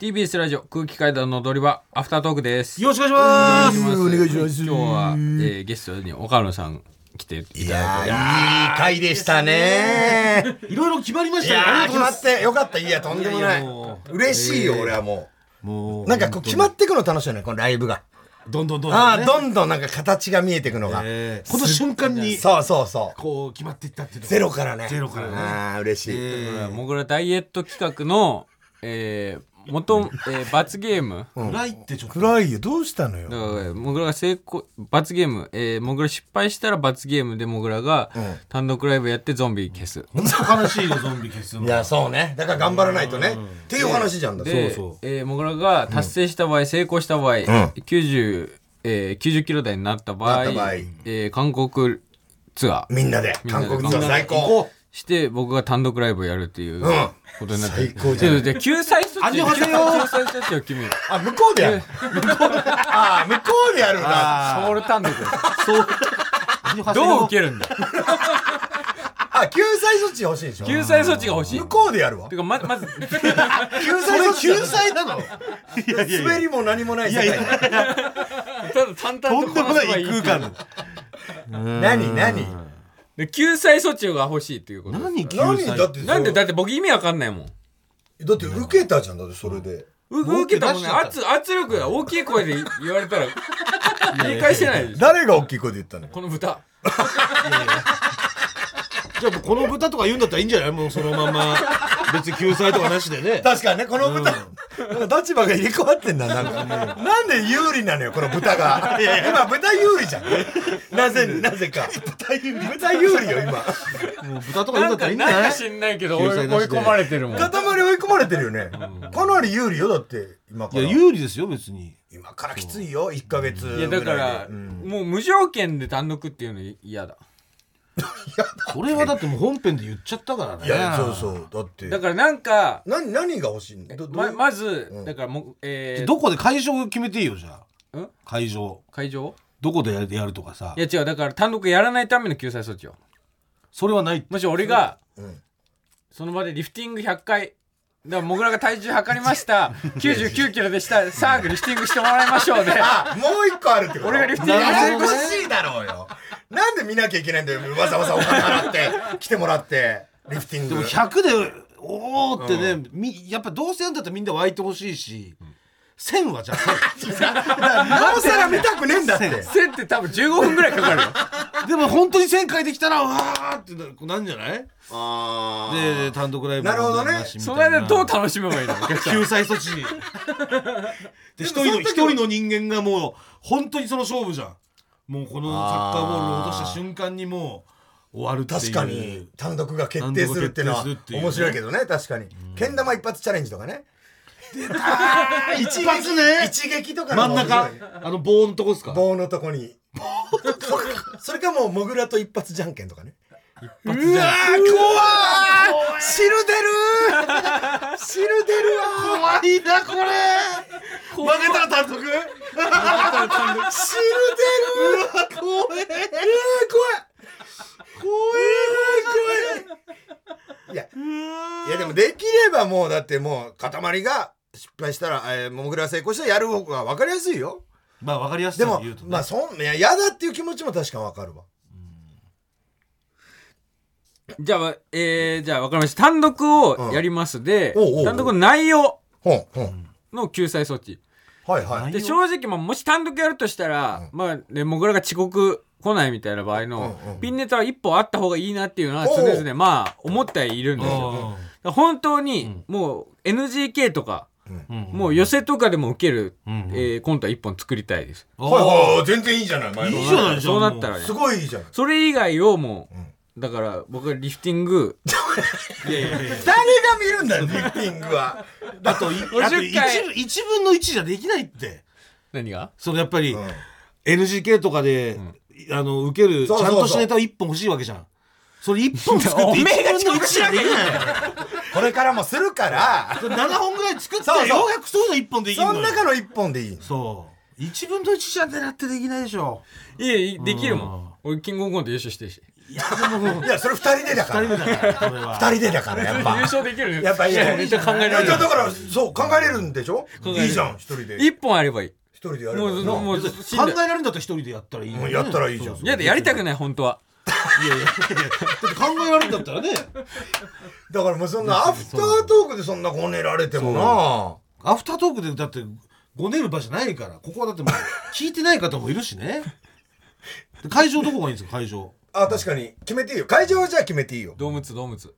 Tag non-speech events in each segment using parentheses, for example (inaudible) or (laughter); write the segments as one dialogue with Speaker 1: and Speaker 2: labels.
Speaker 1: TBS ラジオ空気階段の踊り場アフタートークです
Speaker 2: よろしくお願いします。
Speaker 1: お願いします
Speaker 2: い
Speaker 1: 今日は、えーゲストに岡野さん来ていただいて
Speaker 3: やーいい回でしたね。
Speaker 2: ろいろ決まりまし
Speaker 3: い
Speaker 2: たね。
Speaker 3: や
Speaker 2: あり
Speaker 3: ー決
Speaker 2: がとうござ
Speaker 3: ま
Speaker 2: います
Speaker 3: ってよかった。いやとんでもない
Speaker 2: やい
Speaker 3: い
Speaker 2: やも。
Speaker 3: 嬉しいよ、俺はも
Speaker 2: も
Speaker 3: う。なんかこう決まっていくの楽しいよね、このライブが。
Speaker 2: うどんどんどんどん
Speaker 3: あ
Speaker 2: ね
Speaker 3: あ、どんどんなんか形が見えていくのが。
Speaker 2: えーこの瞬間に
Speaker 3: そうそうそう。
Speaker 2: こう決まっていったっていうのが
Speaker 3: ゼロからね。
Speaker 2: ゼロからね
Speaker 3: ああ、嬉しい。
Speaker 2: えー
Speaker 1: もぐらダイエット企画の、えー、元、えー、罰ゲーム
Speaker 2: 暗いってちょっと
Speaker 4: 暗いよどうしたのよ
Speaker 1: だからもぐらが成功罰ゲーム、えー、もぐら失敗したら罰ゲームでもぐらが単独ライブやってゾンビ消す、
Speaker 2: 本当悲しいよゾンビ消すの
Speaker 3: いや、そうね。だから頑張らないとね。っていうお話じゃんだ。
Speaker 1: で
Speaker 2: そうそう
Speaker 1: えーもぐらが達成した場合、成功した場合、90えー、90キロ台になった場
Speaker 3: な
Speaker 1: 合
Speaker 3: った場合
Speaker 1: えー韓国ツアー
Speaker 3: みんなで、
Speaker 1: んな
Speaker 3: 韓
Speaker 1: で
Speaker 3: 国ツアー最
Speaker 2: こ
Speaker 3: 高。
Speaker 1: して僕が単独ライブをやるっていう
Speaker 3: うん
Speaker 1: ことになって、
Speaker 3: 最高じゃん
Speaker 1: ちょっとじゃあ救済措置
Speaker 2: 味を始めよう
Speaker 1: 救済措置を決める
Speaker 3: あ、向こうでやる。ああ、向こうでやるんだ。
Speaker 1: ソウル単独
Speaker 3: (laughs)
Speaker 2: う
Speaker 1: どう
Speaker 2: どう
Speaker 1: 受けるんだ
Speaker 3: あ、救済措置欲しいでしょ。
Speaker 1: 救済措置が欲しい
Speaker 3: 向こうでやるわ
Speaker 1: て。かままず
Speaker 3: 救済措置。
Speaker 2: 救済なの
Speaker 3: 滑りも何もない世界だ。
Speaker 1: ただ淡々
Speaker 2: と
Speaker 1: と
Speaker 2: んでも
Speaker 1: こなせば
Speaker 2: ない空間の
Speaker 3: 何何
Speaker 1: で救済措置が欲しいっていうことです
Speaker 2: 何救
Speaker 3: 何
Speaker 2: 済
Speaker 3: だって
Speaker 1: なんでだ
Speaker 3: だ
Speaker 1: って僕意味わかんないもん
Speaker 3: だって受けたじゃんだってそれで
Speaker 1: う
Speaker 2: 文句
Speaker 1: 受けたもん
Speaker 2: 出し
Speaker 1: ね
Speaker 2: ちゃった
Speaker 1: 圧圧力が大きい声で言われたら言い返せ
Speaker 3: (laughs)
Speaker 1: ないでしょ
Speaker 3: 誰が大きい声で言ったの
Speaker 1: この豚
Speaker 2: じゃあもうこの豚とか言うんだったらいいんじゃないもうそのまん
Speaker 3: (laughs)
Speaker 2: ま別に救済とかなしでね
Speaker 3: 確かにねこの豚、なんか立場が入れ替わってんだなんかなんで有利なのよこの豚が今豚有利じゃんなぜなぜか豚有利豚有利よ今
Speaker 2: もう豚とか言
Speaker 1: な
Speaker 2: う
Speaker 1: ん
Speaker 2: んだっ
Speaker 1: か
Speaker 2: た
Speaker 1: ら
Speaker 2: いいんじゃ
Speaker 1: なん
Speaker 2: な
Speaker 1: か
Speaker 2: い
Speaker 1: 知んないけど追い
Speaker 2: 救済なしで
Speaker 1: 込まれてるもん
Speaker 3: 塊追い込まれてるよねかなり有利よだって今か
Speaker 2: いや
Speaker 3: ら
Speaker 2: 有利ですよ別に
Speaker 3: 今からきついよ1ヶ月ぐ
Speaker 1: い
Speaker 3: ら
Speaker 1: や
Speaker 3: いで
Speaker 1: だから、
Speaker 3: うん
Speaker 1: もう無条件で単独っていうの嫌だ
Speaker 2: これはだってもう本編で言っちゃったからね
Speaker 3: いやそうそうだって
Speaker 1: だからなんか
Speaker 3: 何何が欲しいのどどうい
Speaker 1: ま
Speaker 3: う
Speaker 1: まず、だからもうえー
Speaker 2: どこで会場を決めていいよじゃ
Speaker 1: ん
Speaker 2: あ会場
Speaker 1: 会場
Speaker 2: どこでややるとかさ
Speaker 1: いや違うだから単独やらないための救済措置を
Speaker 2: それはないって
Speaker 1: もし俺が
Speaker 3: うん
Speaker 1: その場でリフティング100回だからもぐらが体重測りま
Speaker 3: (laughs)
Speaker 1: した99キロでしたさあリフティングしてもらいましょうで
Speaker 3: あもう一個あるってこと
Speaker 1: 俺がリフティング
Speaker 3: ややこしいだろうよなんで見なきゃいけないんだよわざわざお金払って来てもらってリフティン
Speaker 2: で
Speaker 3: グ
Speaker 2: も100でおおってね、みやっぱどうせやんだったらみんな湧いてほしいし、1000はじゃ
Speaker 3: (laughs) なおさら見たくねえんだって
Speaker 1: 1000って多分15分ぐらいかか
Speaker 3: (laughs)
Speaker 1: るよ
Speaker 2: あでも本当に1000回できたらうわーってななんじゃない
Speaker 3: あ
Speaker 2: で単独ライブ
Speaker 3: なるほど
Speaker 2: の
Speaker 3: ね
Speaker 2: 話みた
Speaker 1: そ
Speaker 2: い
Speaker 1: の
Speaker 2: な
Speaker 1: 間どう楽しめばいいの
Speaker 2: (laughs)
Speaker 1: (laughs)
Speaker 2: 救済措
Speaker 3: (laughs)
Speaker 2: 置で一人の
Speaker 3: でも
Speaker 2: 一
Speaker 3: その時は
Speaker 2: 人の人間がもう本当にその勝負じゃんもうこのサッカーボールを落とした瞬間にもう終わるっていう
Speaker 3: 確かに単独が決定するっていうのは
Speaker 2: 単独が決定するっていうね
Speaker 3: 面白いけどね確かにけん玉一発チャレンジとかね
Speaker 2: 一発ね
Speaker 3: 一撃とか
Speaker 2: 真
Speaker 3: の
Speaker 2: ん
Speaker 3: 方
Speaker 2: 中
Speaker 3: が面白い
Speaker 2: あの棒のとこですか
Speaker 3: 棒のとこにそれかそれかもうモグラと一発じゃんけんとかねうわー怖ー汁出るー汁出るわー
Speaker 2: 怖いなこれ
Speaker 3: 負けたら単独汁出るうわ怖えうわ怖い怖い怖い怖いいやいやでもできればもうだってもう塊が失敗したら、えー、もぐら成功したらやる方が分かりやすいよ
Speaker 2: まあわかりやす
Speaker 3: で
Speaker 2: く
Speaker 3: も、
Speaker 2: 言うとね
Speaker 3: まあそんいや嫌だっていう気持ちも確かに分かるわ
Speaker 1: じゃあ、えー、じゃあ分かりました単独をやりますで、
Speaker 3: うんおうおうおう
Speaker 1: 単独の内容
Speaker 3: ほんほん
Speaker 1: の救済措置
Speaker 3: はいはい
Speaker 1: で正直まあもし単独やるとしたら、まあねもぐらが遅刻来ないみたいな場合の、
Speaker 3: うんうん
Speaker 1: ピンネタは一本あった方がいいなっていうのは常
Speaker 3: おう
Speaker 1: 々まあ思ってはいるんですよだから本当にもう NGK とか、もう寄せとかでも受ける、
Speaker 2: んうん
Speaker 1: えーコントは一本作りたいです、
Speaker 3: はいはいはい全然いいじゃない前
Speaker 2: いい
Speaker 3: の
Speaker 2: じゃないじゃん
Speaker 1: そうなったらね
Speaker 3: すごいいいじゃない
Speaker 1: それ以外をもう、だから僕はリフティング (laughs)
Speaker 3: 誰が見るんだよリフティングは
Speaker 1: (laughs)
Speaker 2: あといあと
Speaker 1: 50回
Speaker 2: 1 1分の1じゃできないって
Speaker 1: 何が
Speaker 2: そのやっぱり、
Speaker 3: うん
Speaker 2: NGK とかで、あの受ける
Speaker 3: そうそうそう
Speaker 2: ちゃんとしたネタを1本欲しいわけじゃんそれ1本作って
Speaker 1: おめ
Speaker 2: 1
Speaker 1: えが
Speaker 2: 分の1じゃできない
Speaker 3: これからもするから
Speaker 2: それ7本ぐらい作って
Speaker 3: そうそう
Speaker 2: ようやくそういうの1本できる
Speaker 3: そ
Speaker 2: の
Speaker 3: の
Speaker 2: よ
Speaker 3: 中の一本でいい
Speaker 2: そう1分の1じゃ狙ってできないでしょ
Speaker 1: いやいやできるもん俺キングオブコント優勝してるし
Speaker 2: いやでも
Speaker 3: いやそれ二人でだから
Speaker 2: 二人目だからこれは
Speaker 3: 二人でだからやっ
Speaker 1: 優
Speaker 3: ぱ
Speaker 1: 勝できる
Speaker 3: やっぱいいね
Speaker 1: めっちゃ考えら
Speaker 3: い
Speaker 1: れる
Speaker 3: やだからそう考えれるんでしょ
Speaker 1: えれる
Speaker 3: いいじゃん一人で
Speaker 1: 一本あればいい
Speaker 3: 一人でやれば
Speaker 1: もう
Speaker 3: な
Speaker 1: もう
Speaker 2: 考
Speaker 1: 死んだ
Speaker 2: えられるんだったら一人でやったらいいよね
Speaker 3: もうやったらいいじゃん
Speaker 2: そう
Speaker 1: いやでやりたくない本当はい
Speaker 2: やいやいやだって考えられるんだったらね
Speaker 3: だからもうそんなアフタートークでそんなこねられてもな
Speaker 2: アフタートークでだってごねる場じゃないからここはだってもう聞いてない方もいるしねで会場どこがいいんですか会場
Speaker 3: あ確かに決めていいよ会場はじゃあ決めていいよ
Speaker 1: ドームツドームツ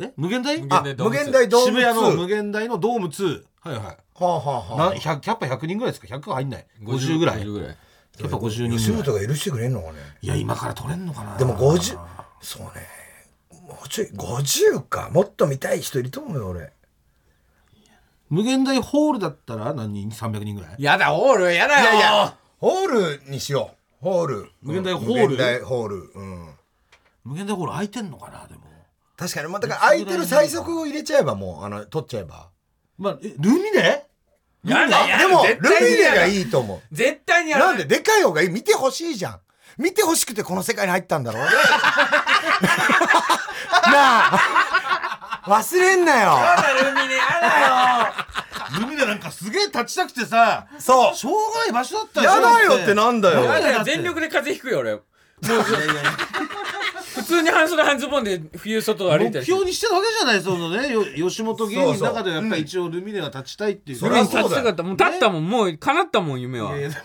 Speaker 2: え無限大
Speaker 1: 無
Speaker 3: あ
Speaker 1: 限大ドー
Speaker 3: 無
Speaker 1: ムツ
Speaker 3: 限大ドーム
Speaker 2: 渋谷の無
Speaker 3: は
Speaker 2: 限大のドーム2はいはい
Speaker 3: あはあは
Speaker 2: な100キャッパ100人ぐらいですか100は入んない50ぐらい
Speaker 1: 50ぐらい
Speaker 2: キャッパ50人
Speaker 3: あ吉
Speaker 2: ぐらい
Speaker 3: 本が許してくれんのかね
Speaker 2: いや今から取れんのかな
Speaker 3: でも50そうねもうちょい50かもっと見たい人いると思うよ俺
Speaker 2: 無限大ホールだったら何人300人ぐらい
Speaker 1: やだオールやだよ
Speaker 3: ホールにしようホール
Speaker 2: 無限大ホール
Speaker 3: 無限大ホールうん
Speaker 2: 無限大ホール空いてんのかなでも
Speaker 3: 確かにまあだから空いてる最速を入れちゃえばもうあの取っちゃえば
Speaker 2: まあえルミネ
Speaker 1: やだやだ
Speaker 3: でもル
Speaker 1: 絶対に
Speaker 3: ミネが
Speaker 1: や
Speaker 3: いいと思う
Speaker 1: だ絶対にや
Speaker 3: な
Speaker 1: だ
Speaker 3: んででかい方がいい見てほしいじゃん見てほしくてこの世界に入ったん
Speaker 2: (laughs)
Speaker 3: だろなあ忘れんなよ
Speaker 1: やだルミネやだよ
Speaker 2: ルミネなんかすげえ立ちたくてさ
Speaker 3: そう
Speaker 2: しょうがない場所だった
Speaker 3: やだよってなんだ
Speaker 1: や
Speaker 3: よ
Speaker 1: だよ全力で風邪ひくよ俺もう普通に半袖半ズボンで冬外歩いた
Speaker 2: 目
Speaker 1: り
Speaker 2: 標にしてるわけじゃないそのねよ吉本芸人の中ではやっぱり一応ルミネが立ちたいっていう
Speaker 3: そ
Speaker 1: ル
Speaker 3: り
Speaker 1: ミネ
Speaker 3: ゃそうだ
Speaker 1: 立ちた
Speaker 3: よ
Speaker 1: かったもう立ったもんもう叶ったもん夢は
Speaker 2: え
Speaker 1: い
Speaker 2: ーでも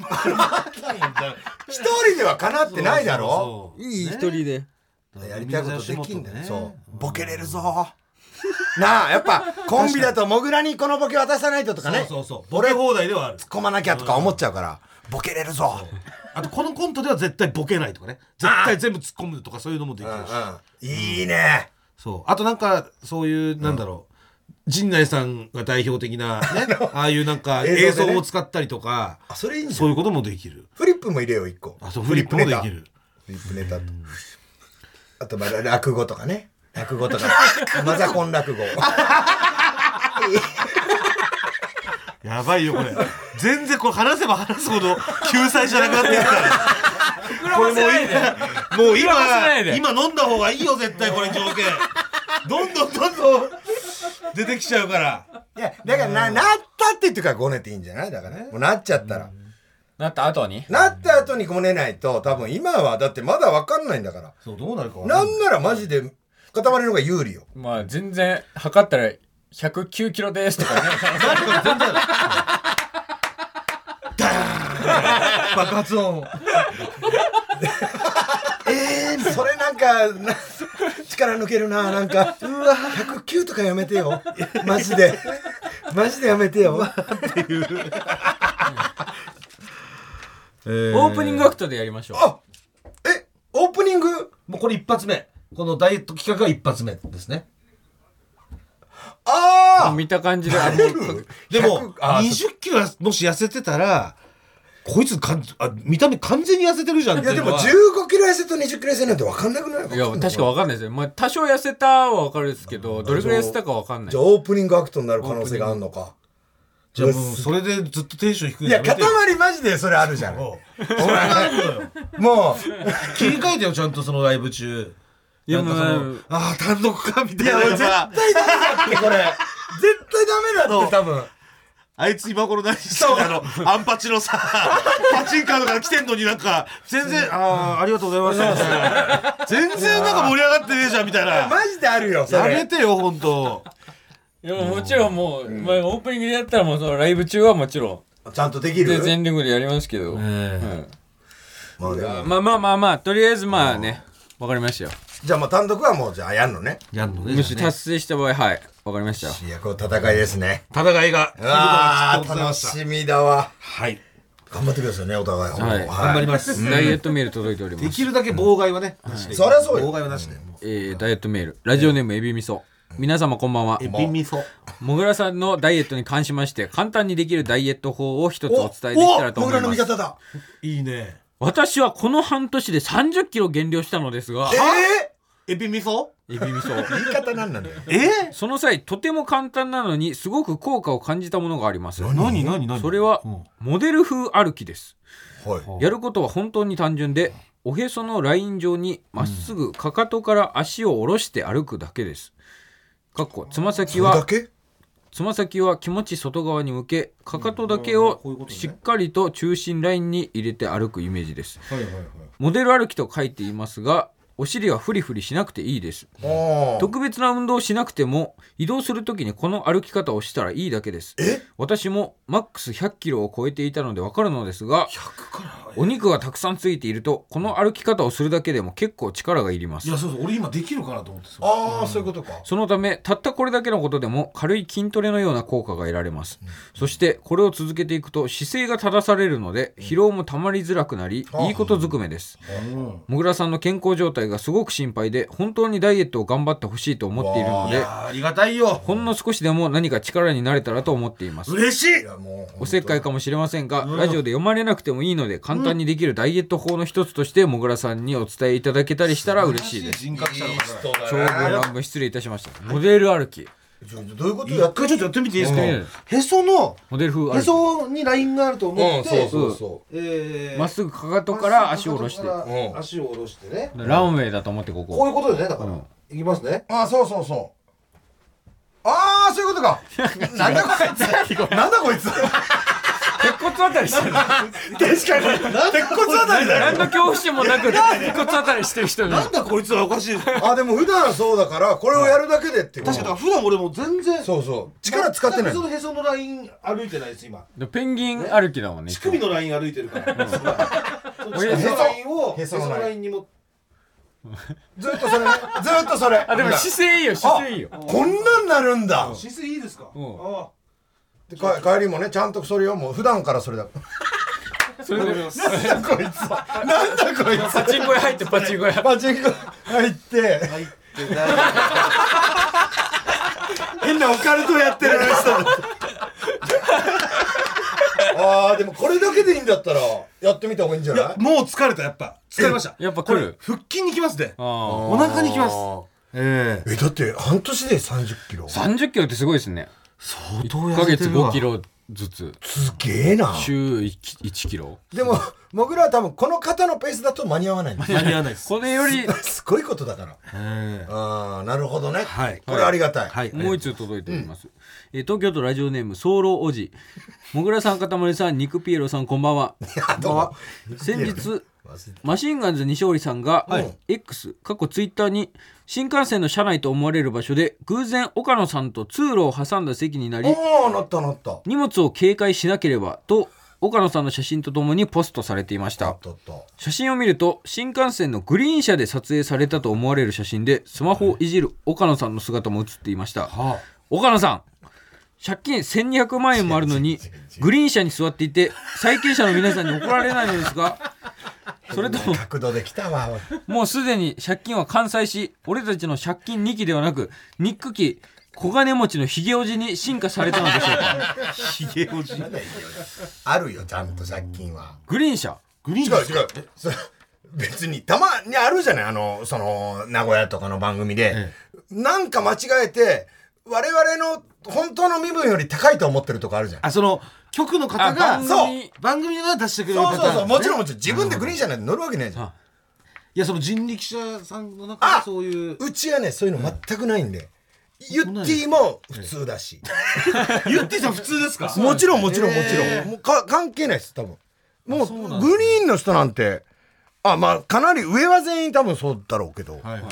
Speaker 3: 一人ではかなってないだろ
Speaker 2: そうそう
Speaker 1: い一
Speaker 2: ね
Speaker 1: 人で
Speaker 3: やりたいことできんだよ、
Speaker 2: ね
Speaker 3: そうボケれるぞ (laughs) なあやっぱコンビだとモグラにこのボケ渡さないととかね
Speaker 2: そうそうそうボケ放題ではある
Speaker 3: 突っ込まなきゃとか思っちゃうからボケれるぞ
Speaker 2: あとこのコントでは絶対ボケないとかね絶対全部突っ込むとかそういうのもでき
Speaker 3: う
Speaker 2: る
Speaker 3: んう
Speaker 2: し、
Speaker 3: んいいね
Speaker 2: そうあとなんかそういうなんだろう、陣内さんが代表的な、ね、 (laughs) ああいうなんか映
Speaker 3: 映像
Speaker 2: 像
Speaker 3: でね
Speaker 2: を使ったりとか、
Speaker 3: あそれいいんじゃ
Speaker 2: そ
Speaker 3: ん
Speaker 2: ういうこともできる
Speaker 3: フリップも入れよう一個
Speaker 2: あとフリップもできる
Speaker 3: フリップネタと。あと、まあ、落語とかね。落語とか。マザコン落語。
Speaker 2: やばいよこれ全然これ話せば話すほど救済じゃなくなってき (laughs) た
Speaker 1: 膨らませないで
Speaker 2: もう
Speaker 1: 膨らませないで
Speaker 2: 今今飲んだ方がいいよ絶対これ条件どんどんどんどん出てきちゃうから
Speaker 3: いや、だからな、なったって言ってからごねていいんじゃないだからね。もうなっちゃったら。
Speaker 1: なった後に
Speaker 3: なった後にごねないと、多分今は、だってまだわかんないんだから。
Speaker 2: そうどうなるかわか
Speaker 3: なん
Speaker 2: ない
Speaker 3: んならマジで、固まるの方が有利よ。
Speaker 1: まあ全然測ったら109キロですとか (laughs) ね
Speaker 2: 爆発音
Speaker 3: えー、それなんか、な力抜けるな、なんか。うわ、109とかやめてよ。マジで。マジでやめてよ。
Speaker 2: オ
Speaker 1: オー
Speaker 2: ー
Speaker 1: プニングアクトでやりましょう
Speaker 3: あえ、オープニング
Speaker 2: もうこれ一発目このダイエット企画が一発目ですね
Speaker 3: ああ
Speaker 1: 見た感じであもう
Speaker 2: でも
Speaker 3: 100あー
Speaker 2: 2 0キロもし痩せてたらこいつかんあ見た目完全に痩せてるじゃんっ
Speaker 3: い
Speaker 2: て
Speaker 3: や
Speaker 2: い
Speaker 3: で
Speaker 2: うの
Speaker 3: も
Speaker 2: は
Speaker 3: 15キロ痩せと20キロ痩せなんて分かんなくない
Speaker 1: いや確か
Speaker 3: 分
Speaker 1: わかんないですよまあ多少痩せたはわかるですけどどれぐらい痩せたかわかんない
Speaker 3: じゃあオープニングアクトになる可能性があるのか
Speaker 2: じゃあもうそれでずっとテンション低い
Speaker 3: い
Speaker 2: の
Speaker 3: や
Speaker 2: めてよ
Speaker 3: 塊マジでそれあるじゃんも
Speaker 2: おうそれがあるのよ
Speaker 3: う
Speaker 2: 切り替えてよちゃんとそのライブ中
Speaker 1: いや
Speaker 2: なんかそ
Speaker 1: も
Speaker 2: の
Speaker 1: う
Speaker 2: ああ単独かみたい
Speaker 3: いや
Speaker 2: な
Speaker 3: 俺絶対ダメだってこれ絶対ダメだって多分
Speaker 2: (laughs) あいつ今頃何してんのあのアンパチのさ (laughs) パチンカーとか来てんのになんか全然ああありがとうございました全然なんか盛り上がってねえじゃんみたいな
Speaker 3: マジであるよそ
Speaker 2: やめ
Speaker 3: れ
Speaker 2: てよほんと
Speaker 1: いやもちろんもう、まあ、オープニングでやったらもうそのライブ中はもちろ
Speaker 3: ちゃんとでき
Speaker 1: んで
Speaker 3: る
Speaker 1: 全力でやりますけど、
Speaker 2: え
Speaker 3: まあで
Speaker 1: うん
Speaker 3: も
Speaker 1: まあまあまあまあとりあえずまあねわかりましたよ
Speaker 3: じゃあまあ単独はもうじゃあやんのね
Speaker 2: やんのね
Speaker 1: もし達成した場合はいわかりましたよ
Speaker 3: いやこう戦いですね
Speaker 2: 戦いが
Speaker 3: うわー楽しみだわ
Speaker 2: はい
Speaker 3: 頑張ってくださいねお互い
Speaker 1: はい
Speaker 2: 頑張ります
Speaker 1: ダイエットメール届いておりま、
Speaker 2: ですきるだけ妨害はねなしで
Speaker 3: そりゃそうよ
Speaker 2: 妨害はなしで
Speaker 1: えーダイエットメールラジオネームエビミソ皆様こんばんは
Speaker 2: エビ味噌
Speaker 1: もぐらさんのダイエットに関しまして簡単にできるダイエット法を一つ
Speaker 3: お
Speaker 1: お伝えできたらと思い
Speaker 3: お僕らの
Speaker 1: ま
Speaker 3: 味
Speaker 1: す
Speaker 3: 方だ
Speaker 2: いいね
Speaker 1: 私はこの半年で3 0キロ減量したのですが
Speaker 3: え
Speaker 2: エビ味噌
Speaker 1: エビミソ
Speaker 3: え言い方なんなんだよ
Speaker 2: え
Speaker 1: その際とても簡単なのにすごく効果を感じたものがあります
Speaker 2: 何何何
Speaker 1: それはモデル風歩きです
Speaker 3: はい
Speaker 1: やることは本当に単純でおへそのライン上にまっすぐかかとから足を下ろして歩くだけです。かっこつま先
Speaker 3: それだ
Speaker 1: は
Speaker 3: け
Speaker 1: つま先は気持ち外側に向けかかとだけを
Speaker 2: こういうことね
Speaker 1: しっかりと中心ラインに入れて歩くイメージです。
Speaker 2: はいはいはい
Speaker 1: モデル歩きと書いていますがお尻はフリフリしなくていいです。
Speaker 3: ああ
Speaker 1: 特別な運動をしなくても移動するときにこの歩き方をしたらいいだけです
Speaker 3: え
Speaker 1: 私もマックス100キロを超えていたのでわかるのですが
Speaker 2: から
Speaker 1: お肉がたくさんついているとこの歩き方をするだけでも結構力がいりま
Speaker 2: い
Speaker 1: す
Speaker 2: やそうそう俺今できるかなと思ってさ
Speaker 3: ああそういうことか
Speaker 1: そのためたったこれだけのことでも軽い筋トレのような効果が得られます、そしてこれを続けていくと姿勢が正されるので疲労もたまりづらくなり
Speaker 3: あ
Speaker 1: いいことずくめです
Speaker 2: うん
Speaker 1: もぐらさんの健康状態がすごく心配で本当にダイエットを頑張ってほしいと思っているの
Speaker 2: い
Speaker 1: で
Speaker 2: やーありがたいよ
Speaker 1: ほんの少しでも何か力になれたらと思っています。
Speaker 2: 嬉しい
Speaker 3: いやもう
Speaker 1: おせっかいかもしれませんが、ラジオで読まれなくてもいいので、簡単にできるダイエット法の一つとして、もぐらさんにお伝えいただけたりしたら嬉しいです。
Speaker 2: 人格者の方
Speaker 3: だ
Speaker 1: 長文乱文失礼いたしました。モデル歩き。
Speaker 3: ちょちょどういうことや
Speaker 2: 一
Speaker 3: って
Speaker 2: 回ちょっとやってみていいです
Speaker 1: やってみ
Speaker 2: かへその
Speaker 1: モデル風
Speaker 2: へ
Speaker 1: 歩
Speaker 2: そにラインがあると思って
Speaker 3: そうそうそ
Speaker 2: え
Speaker 1: き。
Speaker 2: ー
Speaker 1: まっすぐかかとから足を下ろして。
Speaker 2: まっすぐかかとから
Speaker 3: うん
Speaker 2: 足を下ろしてね
Speaker 1: ランウェイだと思ってこ
Speaker 2: こうい
Speaker 1: こ。
Speaker 2: うことでねだから、
Speaker 1: うん
Speaker 2: いきますね
Speaker 3: うああそうそうそうああそういうこと
Speaker 1: (laughs)
Speaker 3: かなんだこいつなんだこいつ
Speaker 1: 鉄骨あたりして (laughs) る。
Speaker 3: 確かに鉄骨あたりだよ
Speaker 1: 何の恐怖心もなく、鉄骨あたりしてる人
Speaker 2: なんだこいつはおかしい確か
Speaker 3: あでも普段はそうだからこれをやるだけでっていう
Speaker 2: にだから普段俺も全然
Speaker 3: そうそう力使ってな
Speaker 2: 全
Speaker 3: い
Speaker 2: くそのへそのライン歩いてないです今
Speaker 1: ペンギン歩きだもんね。い
Speaker 2: 乳
Speaker 1: つも
Speaker 2: 首のライン歩いてるからその
Speaker 1: 親
Speaker 2: 乳首
Speaker 1: 父
Speaker 2: のラインを
Speaker 3: へ
Speaker 2: へそ
Speaker 3: その
Speaker 2: の
Speaker 3: ラ
Speaker 2: ラ
Speaker 3: イ
Speaker 2: インにも
Speaker 3: ずっとそれねずっとそれ
Speaker 1: あ、でも姿勢いいよ、姿勢いいよ。
Speaker 3: こんなんなるんだ
Speaker 2: 姿勢いいですか、
Speaker 1: ん
Speaker 2: あ
Speaker 3: でか帰りもねちゃんとそれをもう普段からそれだ
Speaker 1: それで、
Speaker 3: なんだこいつはなんだこい
Speaker 1: パチンコ屋入ってパチンコ屋 (laughs)
Speaker 3: つ。パチンコ入
Speaker 2: あ入
Speaker 3: って
Speaker 2: ってない
Speaker 3: 変なオカルトやってる人ああでもこれだけでいいんだったらやってみた方がいいんじゃ
Speaker 2: い
Speaker 3: な
Speaker 2: や
Speaker 3: い
Speaker 2: もう疲れたやっぱ疲れました
Speaker 1: やっぱ来る
Speaker 2: これ腹筋にきますね
Speaker 1: あ
Speaker 2: お腹にきます
Speaker 3: えだって半年で3 0キロ
Speaker 1: あ。30キロってすごいですね。
Speaker 2: 相当
Speaker 1: 1ヶ月5キロずつ。
Speaker 3: すげえな
Speaker 1: 週 1, キロ。
Speaker 3: でも僕らは多分この方のペースだと間に合わないんだ
Speaker 2: 間に合
Speaker 1: (laughs)
Speaker 2: わないです
Speaker 1: これより、
Speaker 3: (laughs) すごいことだから
Speaker 2: え
Speaker 3: ああなるほどね
Speaker 2: はい
Speaker 3: これありがたい
Speaker 2: はい
Speaker 1: もう一通届いております。えー東京都ラジオネーム、ソーロおじ。もぐらさん、かたまりさん、肉ピエロさん、こんばんは。
Speaker 3: (laughs) どうも
Speaker 1: 先
Speaker 3: (laughs)
Speaker 1: 日、
Speaker 3: 忘れて
Speaker 1: マシンガンズ西堀さんが、X、過去ツイッターに、新幹線の車内と思われる場所で、偶然岡野さんと通路を挟んだ席になり、
Speaker 3: ああなったなった
Speaker 1: 荷物を警戒しなければと、岡野さんの写真とともにポストされていまし
Speaker 3: あ
Speaker 1: た
Speaker 3: っ。たあった
Speaker 1: 写真を見ると新幹線のグリーン車で撮影されたと思われる写真でスマホをいじる岡野さんの姿も写っていました
Speaker 2: は
Speaker 1: 岡野さん借金1200万円もあるのにグリーン車に座っていて債権者の皆さんに怒られないのですがそれとも
Speaker 3: (laughs) 角度できたわ
Speaker 1: もうすでに借金は完済し俺たちの借金2期ではなくニック期小金持ちのひげおじに進化されたのでしょうか
Speaker 2: あひげおじ
Speaker 3: あるよちゃんと借金は
Speaker 1: (laughs) グリーン車
Speaker 2: グリ
Speaker 3: 違
Speaker 2: ー
Speaker 3: う
Speaker 2: ンですか
Speaker 3: 違うそれ別にたまにあるじゃないあのその名古屋とかの番組で、なんか間違えて我々の本当の身分より高いと思ってるとこあるじゃん
Speaker 2: あその局の方が
Speaker 1: あ
Speaker 3: そう
Speaker 1: 番組
Speaker 2: 番組が出してくれる
Speaker 3: そ
Speaker 2: 方
Speaker 3: うそうそうもちろん
Speaker 2: ん
Speaker 3: もちろん自分でグリーン車なんて乗るわけないじゃん、
Speaker 1: あ
Speaker 2: いやその人力車さんの中
Speaker 3: あ
Speaker 2: でそういう
Speaker 3: うちはねそういうの全くないんで、ユッティも普通だし、
Speaker 2: 言ってた普通ですか
Speaker 3: もちろんもちろんもちろん、
Speaker 2: えー
Speaker 3: もうか関係ないです多分も
Speaker 1: そう
Speaker 3: う
Speaker 1: なんだ
Speaker 3: グリーンの人なんてあまあかなり上は全員多分そうだろうけど、
Speaker 2: はいはい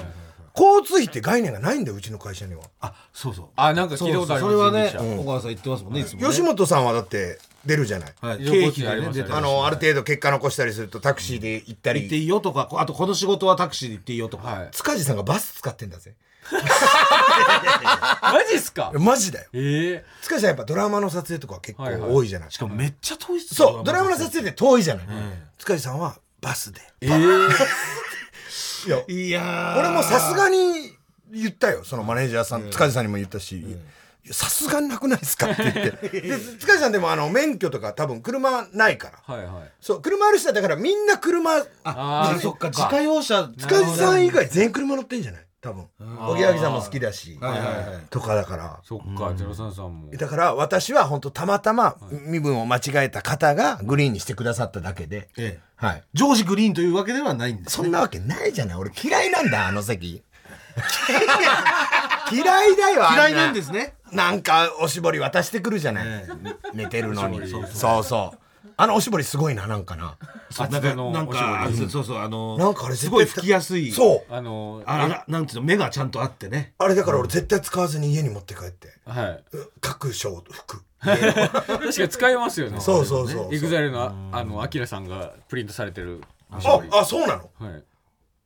Speaker 3: 交通費って概念がないんだようちの会社には
Speaker 2: あそうそう
Speaker 1: あなんか聞いたことあります
Speaker 2: そうそうそれはね
Speaker 1: 人力車
Speaker 2: 小川さん言ってますもんねいつもね
Speaker 3: 吉本さんはだって出るじゃない、
Speaker 2: はい
Speaker 1: 情報
Speaker 2: 経費
Speaker 1: あり
Speaker 2: で
Speaker 1: ま
Speaker 2: ね
Speaker 1: すよね
Speaker 2: 出て
Speaker 3: あ
Speaker 2: あ
Speaker 3: の
Speaker 2: の
Speaker 3: ある程度結果残したりするとタクシーで行った
Speaker 2: 行ってい
Speaker 3: り
Speaker 2: いよとかこあとこの仕事はタクシーで行っていいよとか
Speaker 1: はい
Speaker 3: 塚地さんがバス使ってんだぜ
Speaker 1: マジっすか
Speaker 3: マジだよ
Speaker 1: ええ
Speaker 3: 塚地さんやっぱドラマの撮影とか結構
Speaker 1: はいはい
Speaker 3: 多いじゃない、
Speaker 2: しかもめっちゃ遠いっすよ
Speaker 3: そうドラマの撮影って遠いじゃない、塚地さんはバスで
Speaker 1: ええ
Speaker 3: いや
Speaker 2: いやー
Speaker 3: 俺もさすがに言ったよそのマネージャーさん、塚地さんにも言ったしいやさすがになくないですかって言ってで塚地さんでもあの免許とか多分車ないから
Speaker 1: (laughs) はいはい
Speaker 3: そう車ある人はだからみんな車
Speaker 1: あー
Speaker 2: そっか自家用車
Speaker 3: 塚地さん以外全員車乗ってんじゃない多分おぎやはぎさんも好きだし、
Speaker 4: はいはいはい
Speaker 3: とかだから
Speaker 1: そっか、ゼロ三さんも。
Speaker 3: だから私は本当たまたま身分を間違えた方がグリーンにしてくださっただけで、
Speaker 2: ええ
Speaker 3: はい、
Speaker 2: ジョージグリーンというわけではないんです
Speaker 3: そんなわけないじゃない俺嫌いなんだあの席嫌いだよあん
Speaker 2: 嫌いなんですすね
Speaker 3: なんかおしぼり渡してくるじゃない、寝てるのにそうそうあのおしぼりすごいななんかな
Speaker 2: なんかなんか
Speaker 1: おしぼり
Speaker 2: そうそうそうあの
Speaker 3: なんかあれ
Speaker 2: す
Speaker 3: 絶対
Speaker 2: ごい拭きやすい
Speaker 3: そう
Speaker 1: あの、
Speaker 2: あらなんていうの目がちゃんとあってね
Speaker 3: あれだから俺絶対使わずに家に持って帰って
Speaker 1: はい。
Speaker 3: 各章服
Speaker 1: 確かに使えますよね。
Speaker 3: そうそうそう
Speaker 1: エグザイルのああのアキラさんがプリントされてる。
Speaker 3: ああそうなの
Speaker 1: はい。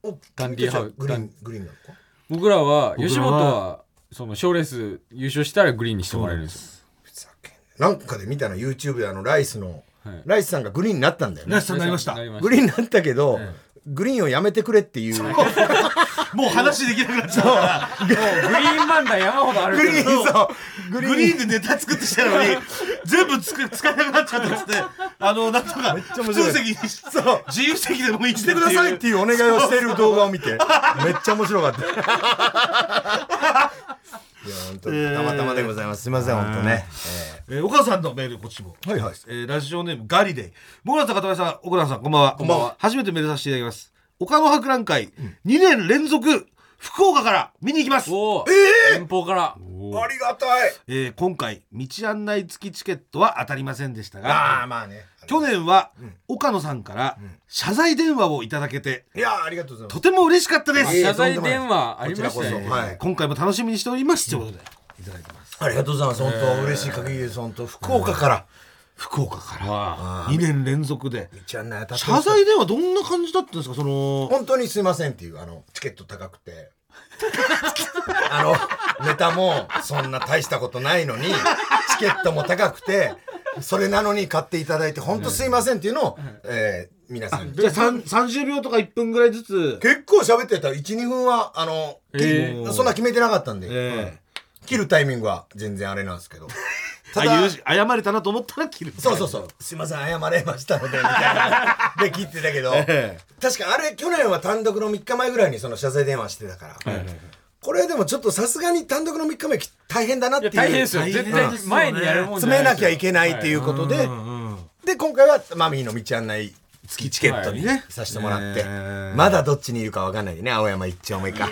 Speaker 3: お
Speaker 1: ダンディーハウ
Speaker 3: グリーングリーンなのか
Speaker 1: 僕らは
Speaker 2: らは
Speaker 1: 吉本はその賞レース優勝したらグリーンにしてもらえるんです
Speaker 3: ふざけんななんかで見たの YouTube であのライスの、
Speaker 1: はい
Speaker 3: ライスさんがグリーンになったんだよね
Speaker 2: ラスさんになりました
Speaker 1: りま
Speaker 3: グリーンになったけど、グリーンをやめてくれっていう
Speaker 2: もう話できなくなっちゃったから
Speaker 1: グリーン漫談山ほどあ
Speaker 3: (laughs)
Speaker 1: る
Speaker 3: グリー
Speaker 1: け
Speaker 3: ン
Speaker 1: ど
Speaker 3: そうグリーン
Speaker 2: グリーンでネタ作ってきたのに全部つく使えなくなっちゃったっつってあのなんとか
Speaker 3: ちゃ面
Speaker 2: 普
Speaker 3: 白
Speaker 2: 通
Speaker 3: い
Speaker 2: 席にし
Speaker 3: そう
Speaker 2: 自由席でもいいし
Speaker 3: してくださいっていうお願いをしてる動画を見てめっちゃ面白かったいや本当にたまたまでございますすいません本当ね、
Speaker 2: えー岡田さんのメールこっちも
Speaker 3: えーはいはい
Speaker 2: えーラジオネームガリデイ僕らと片目さん岡田さんこんばんはこ
Speaker 3: んばんは
Speaker 2: 初めてメールさせていただきます岡野博覧会、2年連続福岡から見に行きます
Speaker 1: おお遠方から
Speaker 3: ありがたい
Speaker 2: えー今回道案内付きチケットは当たりませんでした
Speaker 3: ああ
Speaker 2: が
Speaker 3: まあね
Speaker 2: 去年は岡野さんから謝罪電話をいただけて
Speaker 3: いやありがとうございます
Speaker 2: とても嬉しかったで
Speaker 3: え
Speaker 2: す、
Speaker 3: ー
Speaker 1: 謝罪電話ありました
Speaker 3: こちらこ
Speaker 1: ね
Speaker 3: そはい
Speaker 2: 今回も楽しみにしておりますということでいただいてます
Speaker 3: ありがとうございます本当嬉しい限りです本当福岡から
Speaker 2: 福岡から2年連続で
Speaker 3: 道案内当たって
Speaker 2: 謝
Speaker 3: ます
Speaker 2: 罪電話どんな感じだったんですかその
Speaker 3: 本当にすいませんっていうあのチケット高くてあのネタもそんな大したことないのにチケットも高くてそれなのに買っていただいて本当すいませんっていうのを、えー皆さんに
Speaker 2: じゃあ三30秒とか1分ぐらいずつ、
Speaker 3: 結構喋ってた12分はあの、き
Speaker 1: え
Speaker 3: そんな決めてなかったんで、
Speaker 2: え
Speaker 3: 切るタイミングは全然あれなんですけど
Speaker 2: ー、
Speaker 3: た
Speaker 2: あ
Speaker 3: だ
Speaker 2: 許し謝れたなと思ったら切る
Speaker 3: そうそうそうすいません謝れましたのでみたいなで切ってた (laughs) けど、
Speaker 2: え
Speaker 3: 確かあれ去年は単独の3日前ぐらいにその謝罪電話してたから、これでもちょっとさすがに単独の3日目き大変だなっていう
Speaker 1: 大変ですよ
Speaker 2: 大変
Speaker 1: 絶対
Speaker 2: ですよね
Speaker 1: 前にやるもんじゃ
Speaker 3: 詰
Speaker 1: ない
Speaker 3: めなきゃいけないっていう
Speaker 1: は
Speaker 3: ことで、で今回はマミーの道案内
Speaker 2: 月チケットにね、
Speaker 3: させてもらっ
Speaker 2: ね
Speaker 3: て、
Speaker 2: え
Speaker 3: まだどっちにいるかわかんないよね青山一丁目か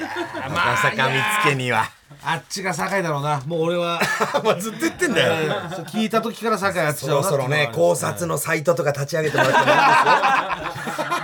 Speaker 3: まさか見つけには
Speaker 2: あっちが酒井だろうなもう俺は
Speaker 3: まあずっと言って (laughs) んだよ、
Speaker 2: そう聞いた時から酒井あっち
Speaker 3: そ
Speaker 2: だろうな
Speaker 3: ろそろね
Speaker 2: っていうのは
Speaker 3: 考察のサイトとか立ち上げてもらってもいい
Speaker 1: い確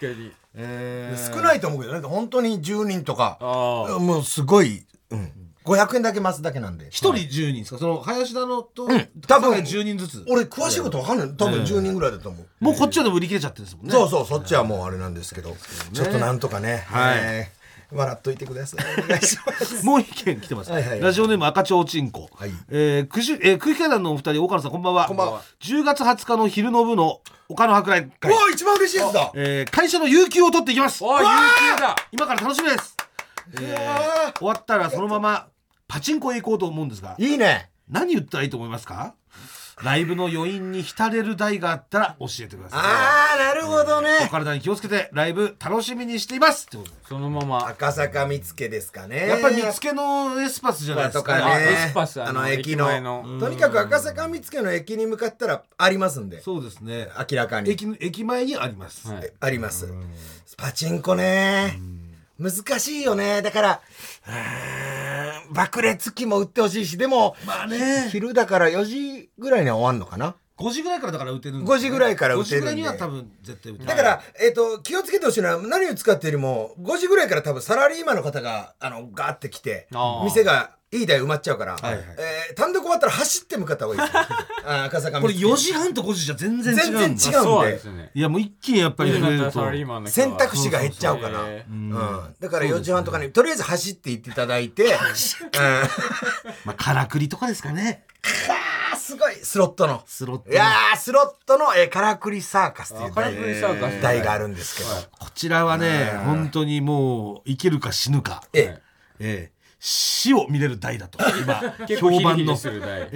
Speaker 1: かに
Speaker 2: え
Speaker 3: です少ないと思うけどなんか本当に10人とか
Speaker 1: ああ
Speaker 3: もうすごい、うん、500円だけ増すだけなんで
Speaker 2: 1人10人ですかその林田のと、
Speaker 3: 多分
Speaker 2: 酒井10人ずつ
Speaker 3: 俺詳しいことわかんない多分10人ぐらいだと思う、
Speaker 2: もうこっちはでも売り切れちゃってるんですもんね
Speaker 3: そうそうそっちはもうあれなんですけど、ちょっとなんとかね、
Speaker 2: はい
Speaker 3: えー笑っといてくださいお願いしま
Speaker 2: (laughs)
Speaker 3: す (laughs)
Speaker 2: もう一件来てます。
Speaker 3: はいはいはい
Speaker 2: ラジオネーム赤ちょうちんこ。
Speaker 3: はい
Speaker 2: えーくじ、えー空気階段のお二人、岡野さん、こんばんは。こん
Speaker 3: ばんは。
Speaker 2: 10月20日の昼の部の岡野博覧会。
Speaker 3: 一番嬉しいやつだ
Speaker 2: えー会社の有給を取っていきます。
Speaker 1: お有給だ
Speaker 2: 今から楽しみです。えー終わったらそのままパチンコへ行こうと思うんですが、
Speaker 3: いいね
Speaker 2: 何言ったらいいと思いますかライブの余韻に浸れる台があったら教えてくださ
Speaker 3: ああなるほどね
Speaker 2: い。お体に気をつけてライブ楽しみにしていますってことで
Speaker 1: そのまま
Speaker 3: 赤坂見附ですかね
Speaker 2: やっぱり見つけのエスパスじゃないです
Speaker 3: と
Speaker 2: か
Speaker 3: か
Speaker 1: あ
Speaker 3: ね
Speaker 1: エスパスあの駅の前の
Speaker 3: とにかく赤坂見附の駅に向かったらありますんで
Speaker 2: そうですね
Speaker 3: 明らかに
Speaker 2: 駅の駅前にあります、
Speaker 1: はい
Speaker 3: えありますパチンコね難しいよねだからうーん爆裂機も打ってほしいしでも
Speaker 2: まあね
Speaker 3: 昼だから4時ぐらいには終わんのかな
Speaker 2: 5時ぐらいからだから打てるん
Speaker 3: 5時ぐらいから打てるん
Speaker 2: 5
Speaker 3: で
Speaker 2: 時ぐらいには多分絶対打てる
Speaker 3: だから、えっ、と、気をつけてほしいのは、何を使ってよりも、5時ぐらいから多分サラリーマンの方が、あの、ガーって来て
Speaker 1: あー、
Speaker 3: 店が、いい台埋まっちゃうから、
Speaker 2: はいはい
Speaker 3: えー単独終わったら走って向かった方がいいですよ。あー赤坂見
Speaker 2: これ
Speaker 3: 附
Speaker 2: 4時半と5時じゃ全然違うんだ
Speaker 3: 全然違う
Speaker 1: そうなんですよね
Speaker 2: いやもう一気にやっぱり増えると
Speaker 1: サラリーマンの人
Speaker 3: 選
Speaker 1: は
Speaker 3: 択肢が減っちゃうから。。
Speaker 1: そううそうそうん
Speaker 3: だから4時半とかに、とりあえず走って行っていただいて、うん
Speaker 2: まあからくりとかですかね
Speaker 3: あーすごい、スロットの。
Speaker 2: スロット
Speaker 3: いやー、スロットの、えー、カラクリサーカスっていう
Speaker 1: カラクリサーカス
Speaker 3: 台台があるんですけど、
Speaker 2: こちらはね本当にもう生きるか死ぬか
Speaker 3: ええ
Speaker 2: ええ死を見れる台だと今
Speaker 1: (laughs) 結構
Speaker 2: 評
Speaker 1: ヒリ
Speaker 2: 判
Speaker 1: ヒ
Speaker 2: の
Speaker 1: リする台
Speaker 2: え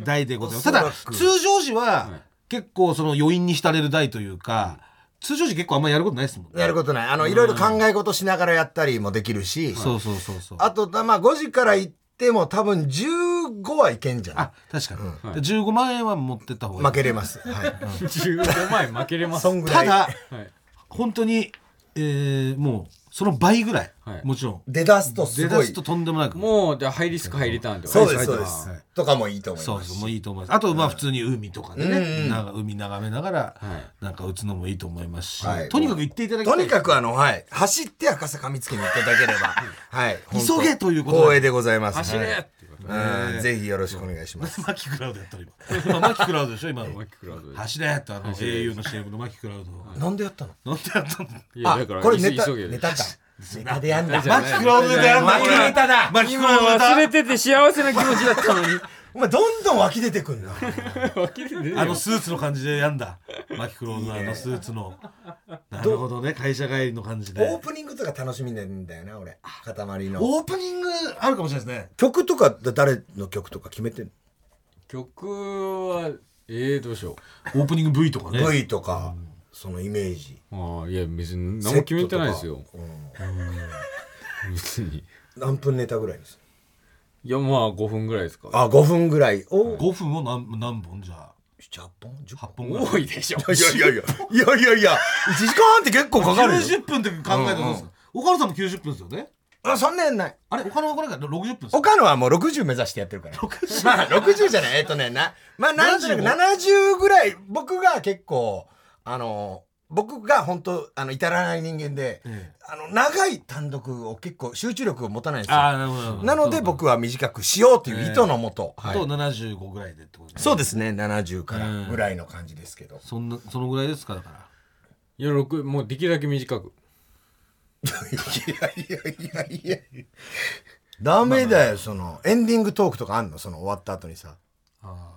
Speaker 2: え台でございますた
Speaker 3: おそ
Speaker 2: だ
Speaker 3: らく
Speaker 2: 通常時は結構その余韻に浸れる台というか通常時結構あんまやることないですもんね
Speaker 3: やることない。あの、いろいろ考え事しながらやったりもできるし、
Speaker 2: そうそうそうそう
Speaker 3: あと、まあ、5時から行っても多分15はいけんじゃない
Speaker 2: あ確かに、で15万円は持ってった方がいい
Speaker 3: (laughs) 負けれます。はい。
Speaker 1: 15枚負けれます
Speaker 3: そんぐら
Speaker 2: た
Speaker 3: い。
Speaker 2: だ、
Speaker 1: はい
Speaker 2: 本当に、えーもうその倍ぐらい、
Speaker 1: はい
Speaker 2: もちろん
Speaker 3: 出だすとす
Speaker 2: 出
Speaker 3: ご
Speaker 2: だ
Speaker 3: い
Speaker 2: す。ととんでもなく
Speaker 1: もうじゃあハイリスクハイリターンってこと
Speaker 3: そうです、そうで
Speaker 2: はい
Speaker 3: す。とかもいいと思い
Speaker 2: そ
Speaker 3: ま
Speaker 2: う
Speaker 3: す
Speaker 2: そうもういいと思いますあとまあ普通に海とかでね、
Speaker 3: うんうん
Speaker 2: なんか海眺めながら、
Speaker 1: はい
Speaker 2: なんか打つのもいいと思いますし、
Speaker 3: はい
Speaker 2: とにかく行っていただきたい
Speaker 3: とにかくあの、はい。走って赤坂見附に行っていただければ。はい。
Speaker 2: 急げということで
Speaker 3: 光栄でございます。
Speaker 1: 走れ
Speaker 3: はい
Speaker 1: っていうこと
Speaker 3: うんぜひよろしくお願いします。
Speaker 2: マキクラウドやったら今今マキクラウドでしょ今の
Speaker 1: マッククラウドです
Speaker 2: 走れってあの au の CM のマキクラウド
Speaker 3: なんでやったの
Speaker 2: (laughs) なんでやったの
Speaker 1: いや
Speaker 3: あ
Speaker 1: だから、
Speaker 3: これネタ、
Speaker 1: 急げ
Speaker 3: ネ
Speaker 1: (laughs)
Speaker 3: タか。ネタでやんだ。
Speaker 1: マ
Speaker 2: マキクラウドでやるんだ
Speaker 3: マキクラネタだ
Speaker 2: マキク
Speaker 1: 今
Speaker 2: ラウドネタ
Speaker 1: 忘れてて幸せな気持ちだったのに
Speaker 3: (laughs) お前どんどん湧き出てく (laughs) んな。
Speaker 1: 忘れてねえよ
Speaker 2: あのスーツの感じでやんだマキクローのあのスーツのなるほどね会社帰りの感じ
Speaker 3: オー
Speaker 2: で
Speaker 3: プニングとか楽しみなんだよな、俺。塊の。
Speaker 2: オープニングあるかもしれないですね
Speaker 3: 曲とか、誰の曲とか決めてん
Speaker 1: 曲はえー、どうしよ
Speaker 2: オープニング V とかね
Speaker 3: の ?V とか、そのイメージ。
Speaker 1: うああいや別に何も決めてないですよ
Speaker 3: セットとか。うん
Speaker 1: 別に
Speaker 3: 何分ネタぐらいです
Speaker 1: いやまあ5分ぐらいですか
Speaker 3: あ、5分ぐらいを、
Speaker 2: 5分を何何本じゃあ
Speaker 3: 7、8本 ?10
Speaker 2: 8
Speaker 3: 本
Speaker 2: 本ぐらい
Speaker 1: 多いでしょ
Speaker 3: いやいやいや、いやいやいや、1時間半って結構かかるよ。
Speaker 2: 90分って考えたらどうですか岡野さんも90分ですよね
Speaker 3: あ、そんなやんない。
Speaker 2: あれ岡野はこれが60分ですか
Speaker 3: 岡野はもう60目指してやってるから。まあ、60じゃない。えっとね、な、まあ、なんとなく70ぐらい、僕が結構、あの、僕が本当あの、至らない人間で、
Speaker 2: ええ
Speaker 3: あの、長い単独を結構集中力を持たないんですよ。
Speaker 2: ああなるほどるほど
Speaker 3: なので僕は短くしようという意図のもと、はい
Speaker 2: と75ぐらいでってことね
Speaker 3: そうですね、70から
Speaker 2: うん
Speaker 3: ぐらいの感じですけど。
Speaker 2: そんなそのぐらいですかだから
Speaker 1: いや6もうできるだけ短く
Speaker 3: いやいやいやいやダメだよ、その、エンディングトークとかあんのその終わった後にさ。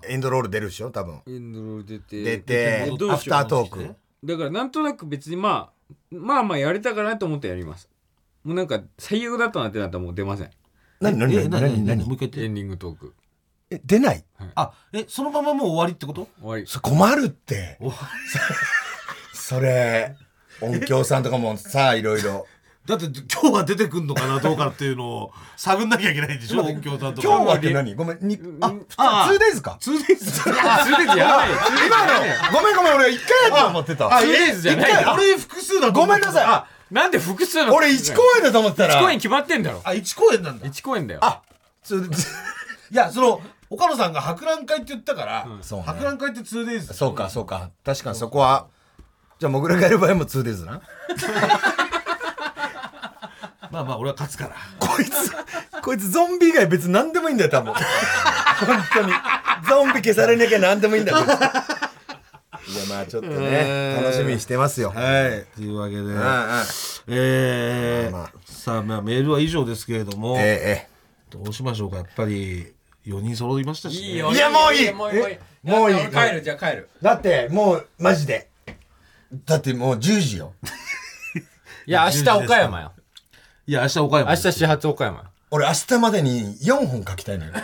Speaker 3: エンドロール出るでしょ多分。
Speaker 1: エンドロール出て
Speaker 3: 出て、
Speaker 1: ど
Speaker 3: ア
Speaker 1: うし
Speaker 3: フ
Speaker 1: よう
Speaker 3: タートーク。
Speaker 1: だからなんとなく別にまあまあまあやれたかなと思ってやりますもうなんか最悪だったなってなったらもう出ません
Speaker 3: 何何
Speaker 2: え
Speaker 3: 何
Speaker 2: な
Speaker 3: 何
Speaker 2: になにもう
Speaker 3: 何
Speaker 1: エ
Speaker 2: 一回言って
Speaker 1: ンディングトーク
Speaker 3: え、出ない
Speaker 2: あえそのままもう終わりってこと
Speaker 1: 終 (laughs) わり
Speaker 3: そ困るって。
Speaker 2: 終わ
Speaker 3: それ、音響さんとかもさ、いろいろ。
Speaker 2: だって今日は出てくんのかなどうかっていうのを探んなきゃいけないんでしょ音響さんとか
Speaker 3: 今日はって何ごめん、に、あ、
Speaker 2: あ
Speaker 3: 2 days か
Speaker 2: 2days
Speaker 1: 2 days やらないよ
Speaker 3: 今の、ごめんごめん、俺1回やと思ってた。
Speaker 1: 2 days じゃないよ
Speaker 2: 俺複数だと
Speaker 3: ご
Speaker 2: 思
Speaker 3: め
Speaker 2: っ
Speaker 3: ん
Speaker 2: て
Speaker 3: なさい。あ、
Speaker 1: なんで複数の
Speaker 3: 俺1公演だと思ってたら。
Speaker 1: 1公演決まってんだろ
Speaker 2: あ1公演なんだ
Speaker 1: 1公演だよ
Speaker 3: あ、それ
Speaker 2: いやその岡野さんが博覧会って言ったから、
Speaker 3: そうね
Speaker 2: 博覧会って 2days
Speaker 3: そうか、そうか。確かにそこは。じゃあ、もぐらがやる場合も 2days な。
Speaker 2: まあまあ俺は勝つから
Speaker 3: こいつ、こいつゾンビ以外別に何でもいいんだよ、多分。本当に。ゾンビ消されなきゃ何でもいいんだよ。こいついや、まあちょっとね、楽しみにしてますよ。
Speaker 2: はいというわけで、
Speaker 3: うんうん。
Speaker 2: えー
Speaker 3: まあまあ
Speaker 2: さあまあメールは以上ですけれども、
Speaker 3: ええ、
Speaker 2: どうしましょうかやっぱり4人揃いましたし、ね、
Speaker 1: いいよ
Speaker 3: いやもういい
Speaker 1: もういい
Speaker 3: えもういい
Speaker 1: や俺帰るじゃあ帰る
Speaker 3: ええ。だって、もう、マジで。だってもう10時よ。
Speaker 1: いや
Speaker 2: 明日岡山
Speaker 1: よ
Speaker 2: いや明日岡山
Speaker 1: 明日始発岡山
Speaker 3: 俺明日までに4本書きた (laughs) いのよ。
Speaker 2: 追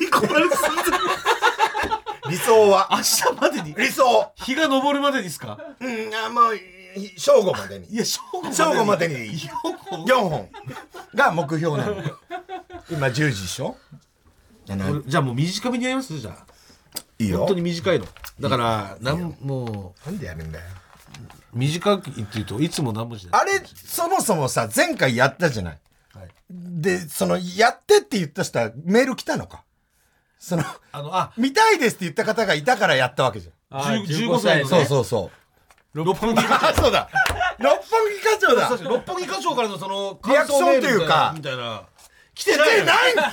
Speaker 2: い込まれてすんぞ
Speaker 3: 理想は。
Speaker 2: 明日までに
Speaker 3: 理想
Speaker 2: 日が昇るまでですか
Speaker 3: うん、あ、もう、ひ正午までに。
Speaker 2: いや正午までに
Speaker 3: (laughs) 正午までに
Speaker 2: 4本
Speaker 3: 4本が目標なの。今10時でしょいやな
Speaker 2: 俺じゃあもう短めにやりますじゃ
Speaker 3: いい
Speaker 2: あ
Speaker 3: よ
Speaker 2: 本当。に短いのだからなんも
Speaker 3: なんでやるんだよ。
Speaker 2: う短くっていうといつも何文字で
Speaker 3: あれ、そもそもさ、前回やったじゃない。
Speaker 2: はい
Speaker 3: で、その、やってって言った人はメール来たのか。その、
Speaker 2: あのあ
Speaker 3: 見たいですって言った方がいたからやったわけじゃ
Speaker 2: あー
Speaker 1: 15歳の
Speaker 2: 15歳の
Speaker 3: ん。
Speaker 1: ね
Speaker 3: そうそうそう。
Speaker 2: 六本木
Speaker 3: あ、そうだ。六本木課長だ。
Speaker 2: 確かに六本木課長からのその
Speaker 3: リアクションというか
Speaker 2: 感想メールみたいな
Speaker 3: 来てないんかいふ
Speaker 2: だか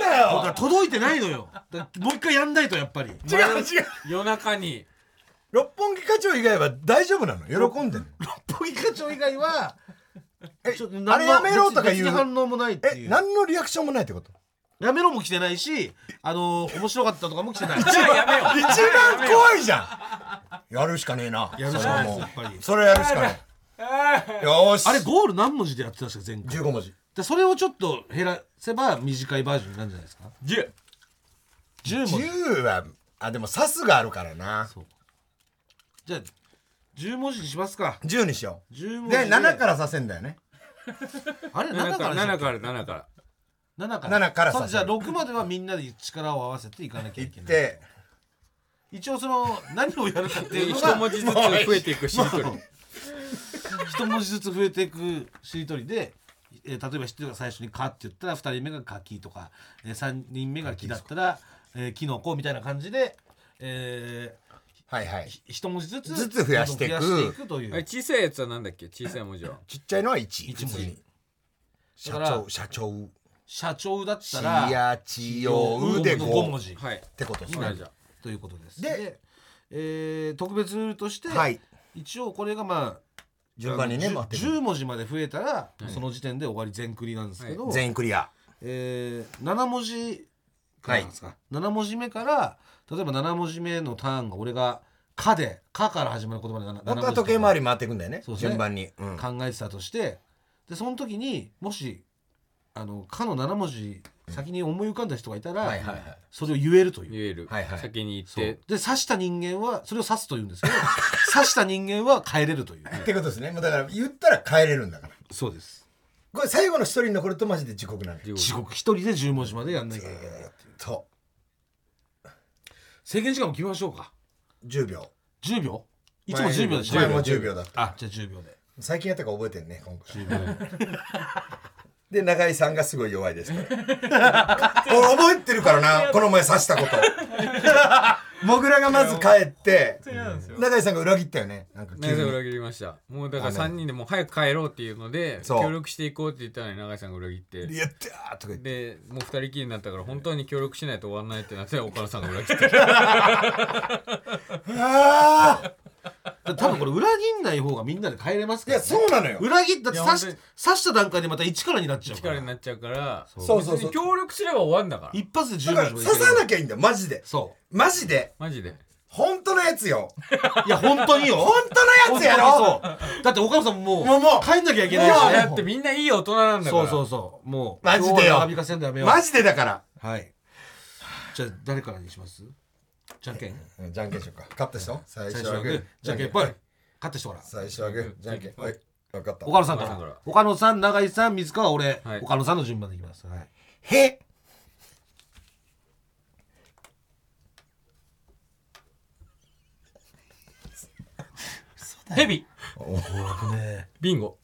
Speaker 3: ざ
Speaker 2: ら届いてないのよだもう一回やんないとやっぱり
Speaker 3: けんなよ違う違う。
Speaker 1: 夜中に
Speaker 3: 六本木課長以外は大丈夫なの喜んでる
Speaker 2: 六本木課長以外は
Speaker 3: え
Speaker 2: ちょっと
Speaker 3: あれやめろとか
Speaker 2: 別に
Speaker 3: 言う。
Speaker 2: 反応もないってい
Speaker 3: え、
Speaker 2: う
Speaker 3: 何のリアクションもないってこと
Speaker 2: やめろも来てないしあの面白かったとかも来てない
Speaker 1: じゃあやめよ
Speaker 3: 一番怖いじゃんやるしかねえな。
Speaker 2: やるしかないですやっぱり
Speaker 3: それはやるしかない。よーし。
Speaker 2: あれゴール何文字でやってたんですか前回
Speaker 3: ?15 文字。
Speaker 2: でそれをちょっと減らせば短いバージョンになるんじゃないですか
Speaker 1: 10
Speaker 2: 10文字
Speaker 3: 10はあでもサスがあるからな
Speaker 2: そうじゃあ10文字にしますか
Speaker 3: 10にしよ
Speaker 2: 10
Speaker 3: う
Speaker 2: 文字
Speaker 3: で7からさせんだよね
Speaker 2: あれ
Speaker 1: 7
Speaker 2: 7
Speaker 1: か
Speaker 2: から
Speaker 1: 7
Speaker 2: ら7か
Speaker 1: から7から
Speaker 2: ら7
Speaker 3: 7からさ
Speaker 2: そうじゃあ6まではみんなで力を合わせていかなきゃいけない
Speaker 3: で
Speaker 2: 一応その何をやるかっていうの
Speaker 1: 一
Speaker 2: が
Speaker 1: 文字ずつ増えていくしりとり
Speaker 2: 一文字ずつ増えていくしりとりで、えー例えば人が最初に「か」って言ったら2人目が「かき」とか、え3人目が「き」だったら「えーきのこ」みたいな感じで、え
Speaker 3: はいはい
Speaker 2: ーひ一文字ずつ
Speaker 3: ずつ増やしてい
Speaker 2: ど
Speaker 3: く
Speaker 2: んどん増やしていくとい
Speaker 1: あれ
Speaker 2: う
Speaker 1: 小さいやつはなんだっけ小さい文字は
Speaker 3: ちっちゃいのは1
Speaker 2: 一文字だ
Speaker 3: 社
Speaker 2: から
Speaker 3: 長社長
Speaker 2: 社長だった
Speaker 3: チ
Speaker 2: ら
Speaker 3: ヤチヨウで
Speaker 2: で5
Speaker 3: 5
Speaker 2: 文
Speaker 3: っ
Speaker 2: 字
Speaker 1: はい
Speaker 3: てことです
Speaker 1: ほ
Speaker 3: ね
Speaker 1: らじゃあ
Speaker 2: ということです
Speaker 3: で
Speaker 2: で、えー特別ルールとして、
Speaker 3: はい
Speaker 2: 一応これがまあ
Speaker 3: 順番にね
Speaker 2: あの
Speaker 3: 待って
Speaker 2: 10 10文字まで増えたら、その時点で終わり全クリなんですけど、
Speaker 3: 全員クリア
Speaker 2: えー、7文字からなんですか、7文字目から例えば7文字目のターンが俺が「か」で「か」から始まる言葉で7
Speaker 3: 本
Speaker 2: 文
Speaker 3: 当
Speaker 2: 字
Speaker 3: は
Speaker 2: と
Speaker 3: 時計
Speaker 2: か
Speaker 3: 回り回っていくんだよね
Speaker 2: そうですね
Speaker 3: 順番にうん
Speaker 2: 考えてたとしてでその時にもし「あのか」の7文字先に思い浮かんだ人がいたら、
Speaker 3: はいはいはい
Speaker 2: それを言えるという。
Speaker 1: 言える
Speaker 3: はいはい
Speaker 1: 先に行っ
Speaker 2: そうで
Speaker 1: て
Speaker 2: 刺した人間はそれを刺すというんです
Speaker 3: (laughs)
Speaker 2: けど刺した人間は帰れるという
Speaker 3: ってことですねもうだから言ったら帰れるんだから
Speaker 2: そうです
Speaker 3: これ最後の一人に残るとマジで地獄なのよ
Speaker 2: 地獄一人で10文字までやんなきゃいけない
Speaker 3: と
Speaker 2: 制限時間も決めましょうか
Speaker 3: 10秒
Speaker 2: 10秒いつも10秒でしょ
Speaker 3: 前も10秒だった
Speaker 2: あじゃあ10秒で
Speaker 3: 最近やったから覚えてんね今回で永井さんがすごい弱いですから俺覚えてるからなこの前刺したこともぐらがまず帰って永井さんが裏切ったよねなんか急
Speaker 1: 長井さん
Speaker 3: に
Speaker 1: 裏切りましたもうだから
Speaker 3: ダメ
Speaker 1: 3人でもう早く帰ろうっていうので
Speaker 3: そう
Speaker 1: 協力していこうって言ったのに長井さんが裏切って
Speaker 3: 「やったー!」とか言って
Speaker 1: でもう2人きりになったから本当に協力しないと終わんないってな
Speaker 3: (laughs)
Speaker 1: って岡田さんが裏切って
Speaker 3: 「ああ!
Speaker 2: 多分これ裏切んない方がみんなで帰れます」
Speaker 3: い
Speaker 2: から、
Speaker 3: や
Speaker 2: ね、
Speaker 3: そうなのよ
Speaker 2: 裏切ったって
Speaker 1: いや
Speaker 2: 刺し
Speaker 1: 本当
Speaker 2: 刺した段階でまた1からになっちゃうか
Speaker 1: 力
Speaker 2: ら
Speaker 1: になっちゃうから
Speaker 3: そうそうそう
Speaker 1: 別に協力すれば終わんだから
Speaker 2: 一発で
Speaker 3: だ
Speaker 2: 10
Speaker 3: か
Speaker 2: 文字ま
Speaker 3: ら
Speaker 2: でい
Speaker 3: 刺
Speaker 2: け
Speaker 3: さなきゃいいんだよマジで
Speaker 2: そ
Speaker 3: マジで
Speaker 1: マジで
Speaker 3: 本当のやつよ
Speaker 2: ういや本当によ
Speaker 3: 本当のやつやろ
Speaker 2: 本当にそうだって岡野さんも
Speaker 3: もうもう
Speaker 2: 帰んなきゃいけないし
Speaker 1: だ
Speaker 2: ね
Speaker 1: ってみんないい大人なんだか
Speaker 2: そ
Speaker 1: ら
Speaker 2: うそうそうもう
Speaker 3: マジでよ
Speaker 2: 今日は長引かせんのやめよう
Speaker 3: マジでだから
Speaker 2: はいじゃあ誰からにしますじゃんけん
Speaker 3: うんじゃんけんしようか勝った人最
Speaker 2: 最初
Speaker 3: 初
Speaker 2: は
Speaker 3: は
Speaker 2: グ
Speaker 3: グ
Speaker 2: ー
Speaker 3: ー
Speaker 2: じゃんけんぽい勝った人から
Speaker 3: 最初はグーじゃんけんぽい分かった
Speaker 2: 岡野さんか
Speaker 1: 岡野さん
Speaker 2: ら
Speaker 1: か
Speaker 2: 岡野さん永井さん水川俺、
Speaker 1: はい
Speaker 2: 岡野さんの順番でいきます、はい、
Speaker 3: へ
Speaker 1: ヘビ
Speaker 2: おお危ね
Speaker 1: ビンゴ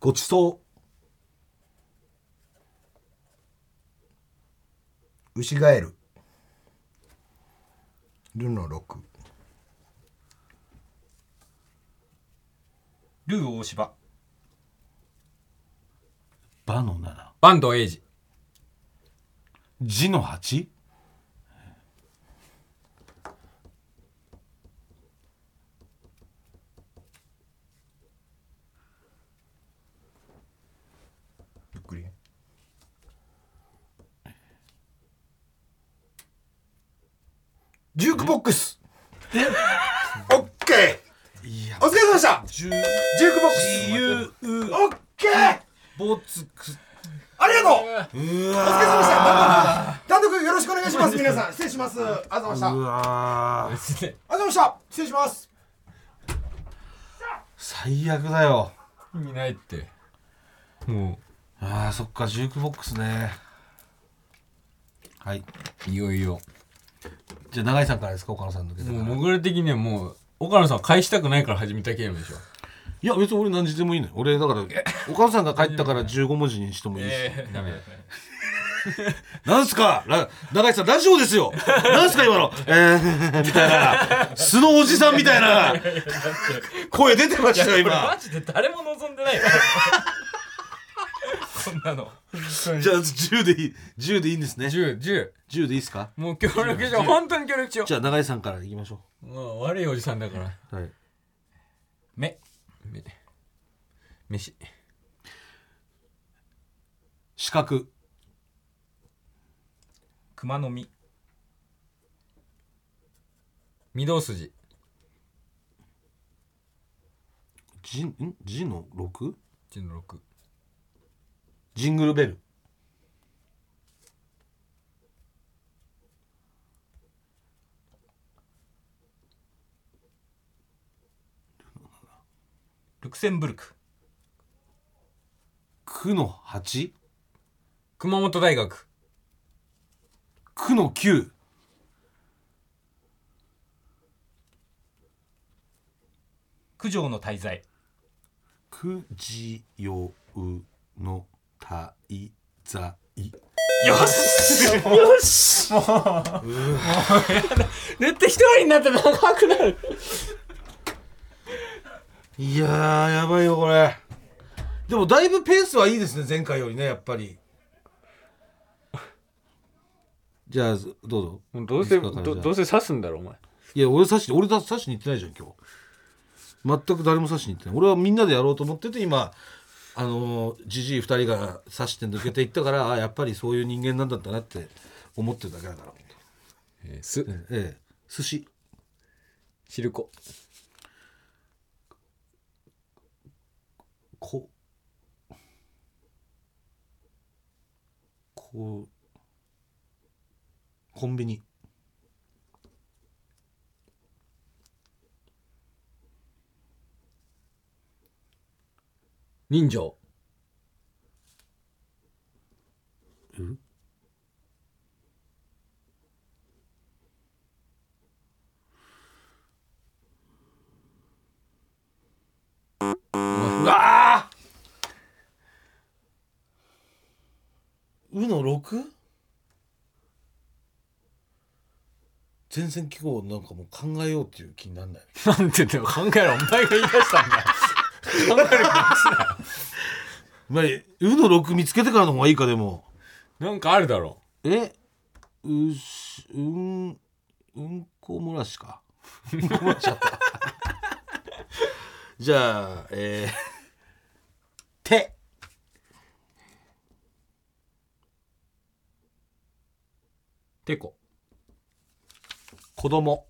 Speaker 2: ごちそう
Speaker 3: 牛ガエルルの6
Speaker 4: ルー大柴
Speaker 2: バの7
Speaker 1: バンドエイジ
Speaker 2: 字の 8?
Speaker 3: ゆっくりジュークボックスオッケ
Speaker 2: いや
Speaker 3: ーお疲れ様でした
Speaker 2: 十
Speaker 3: ジュークボックスオッケー
Speaker 2: ボツク
Speaker 3: ありがとうお疲れ様でした単独単独よろしくお願いします皆さん失礼しますありがとうございましたありがとう
Speaker 2: わー
Speaker 3: ございました失礼します
Speaker 2: 最悪だよ
Speaker 1: 意味ないっても
Speaker 2: あーそっかジュークボックスねはいう
Speaker 1: いよいよ
Speaker 2: じゃあ永井さんからですか岡野さんの時
Speaker 1: もうもぐら的にはもう岡野さんは返したくないから始めたゲームでしょ
Speaker 2: いや別に俺 (laughs) 何時でもいいのよ俺だから岡野さんが帰ったから15文字にしてもいいし、
Speaker 1: ダメ
Speaker 2: なんすかラ永井さんラジオですよなんすか今のえー、みたいな素のおじさんみたいな声出てましたよ今
Speaker 4: ジで誰も望んで (laughs) ないこんなの
Speaker 2: じゃあ10でいい10でいいんですね
Speaker 1: 1010
Speaker 2: 10でいいですか
Speaker 1: もう協力しよう本当に協力しよ
Speaker 2: じゃあ永井さんからいきましょ
Speaker 1: うもう悪いおじさんだから
Speaker 2: うはい
Speaker 4: 目
Speaker 1: め飯
Speaker 2: 四角
Speaker 4: 熊の実
Speaker 1: 御堂筋
Speaker 2: じん字の 6?
Speaker 1: 1の6
Speaker 2: ジングルベル
Speaker 4: ルクセンブルク
Speaker 2: 9の8
Speaker 1: 熊本大学
Speaker 2: 9の9
Speaker 4: 九条の滞在
Speaker 2: くじようのたいざい
Speaker 4: よしよしも (laughs) う
Speaker 1: 絶対一人になって長くなる
Speaker 2: いやーやばいよこれでもだいぶペースはいいですね前回よりねやっぱりじゃあどうぞ
Speaker 1: どうせ
Speaker 2: いいっすか
Speaker 1: どどうせ刺すんだろお前
Speaker 2: いや俺刺し俺だ刺しに行ってないじゃん今日全く誰も刺しに行ってない俺はみんなでやろうと思ってて今あのーじじい2人が刺して抜けていったからあやっぱりそういう人間なんだったなって思ってるだけだから
Speaker 1: えーす
Speaker 2: ええ寿司
Speaker 1: 汁粉
Speaker 2: ここコンビニ
Speaker 1: 人情
Speaker 2: うの 6? 全然記号なんかもう考えようっていう気になんない
Speaker 1: なんてでも考えろお前が言い出したんだよ
Speaker 2: まあうの6見つけてからの方がいいかでも
Speaker 1: なんかあるだろ
Speaker 2: えうしうんうんこ漏らしか (laughs) うんこ漏らしちゃったじゃあえー、手
Speaker 1: てこ
Speaker 2: 子供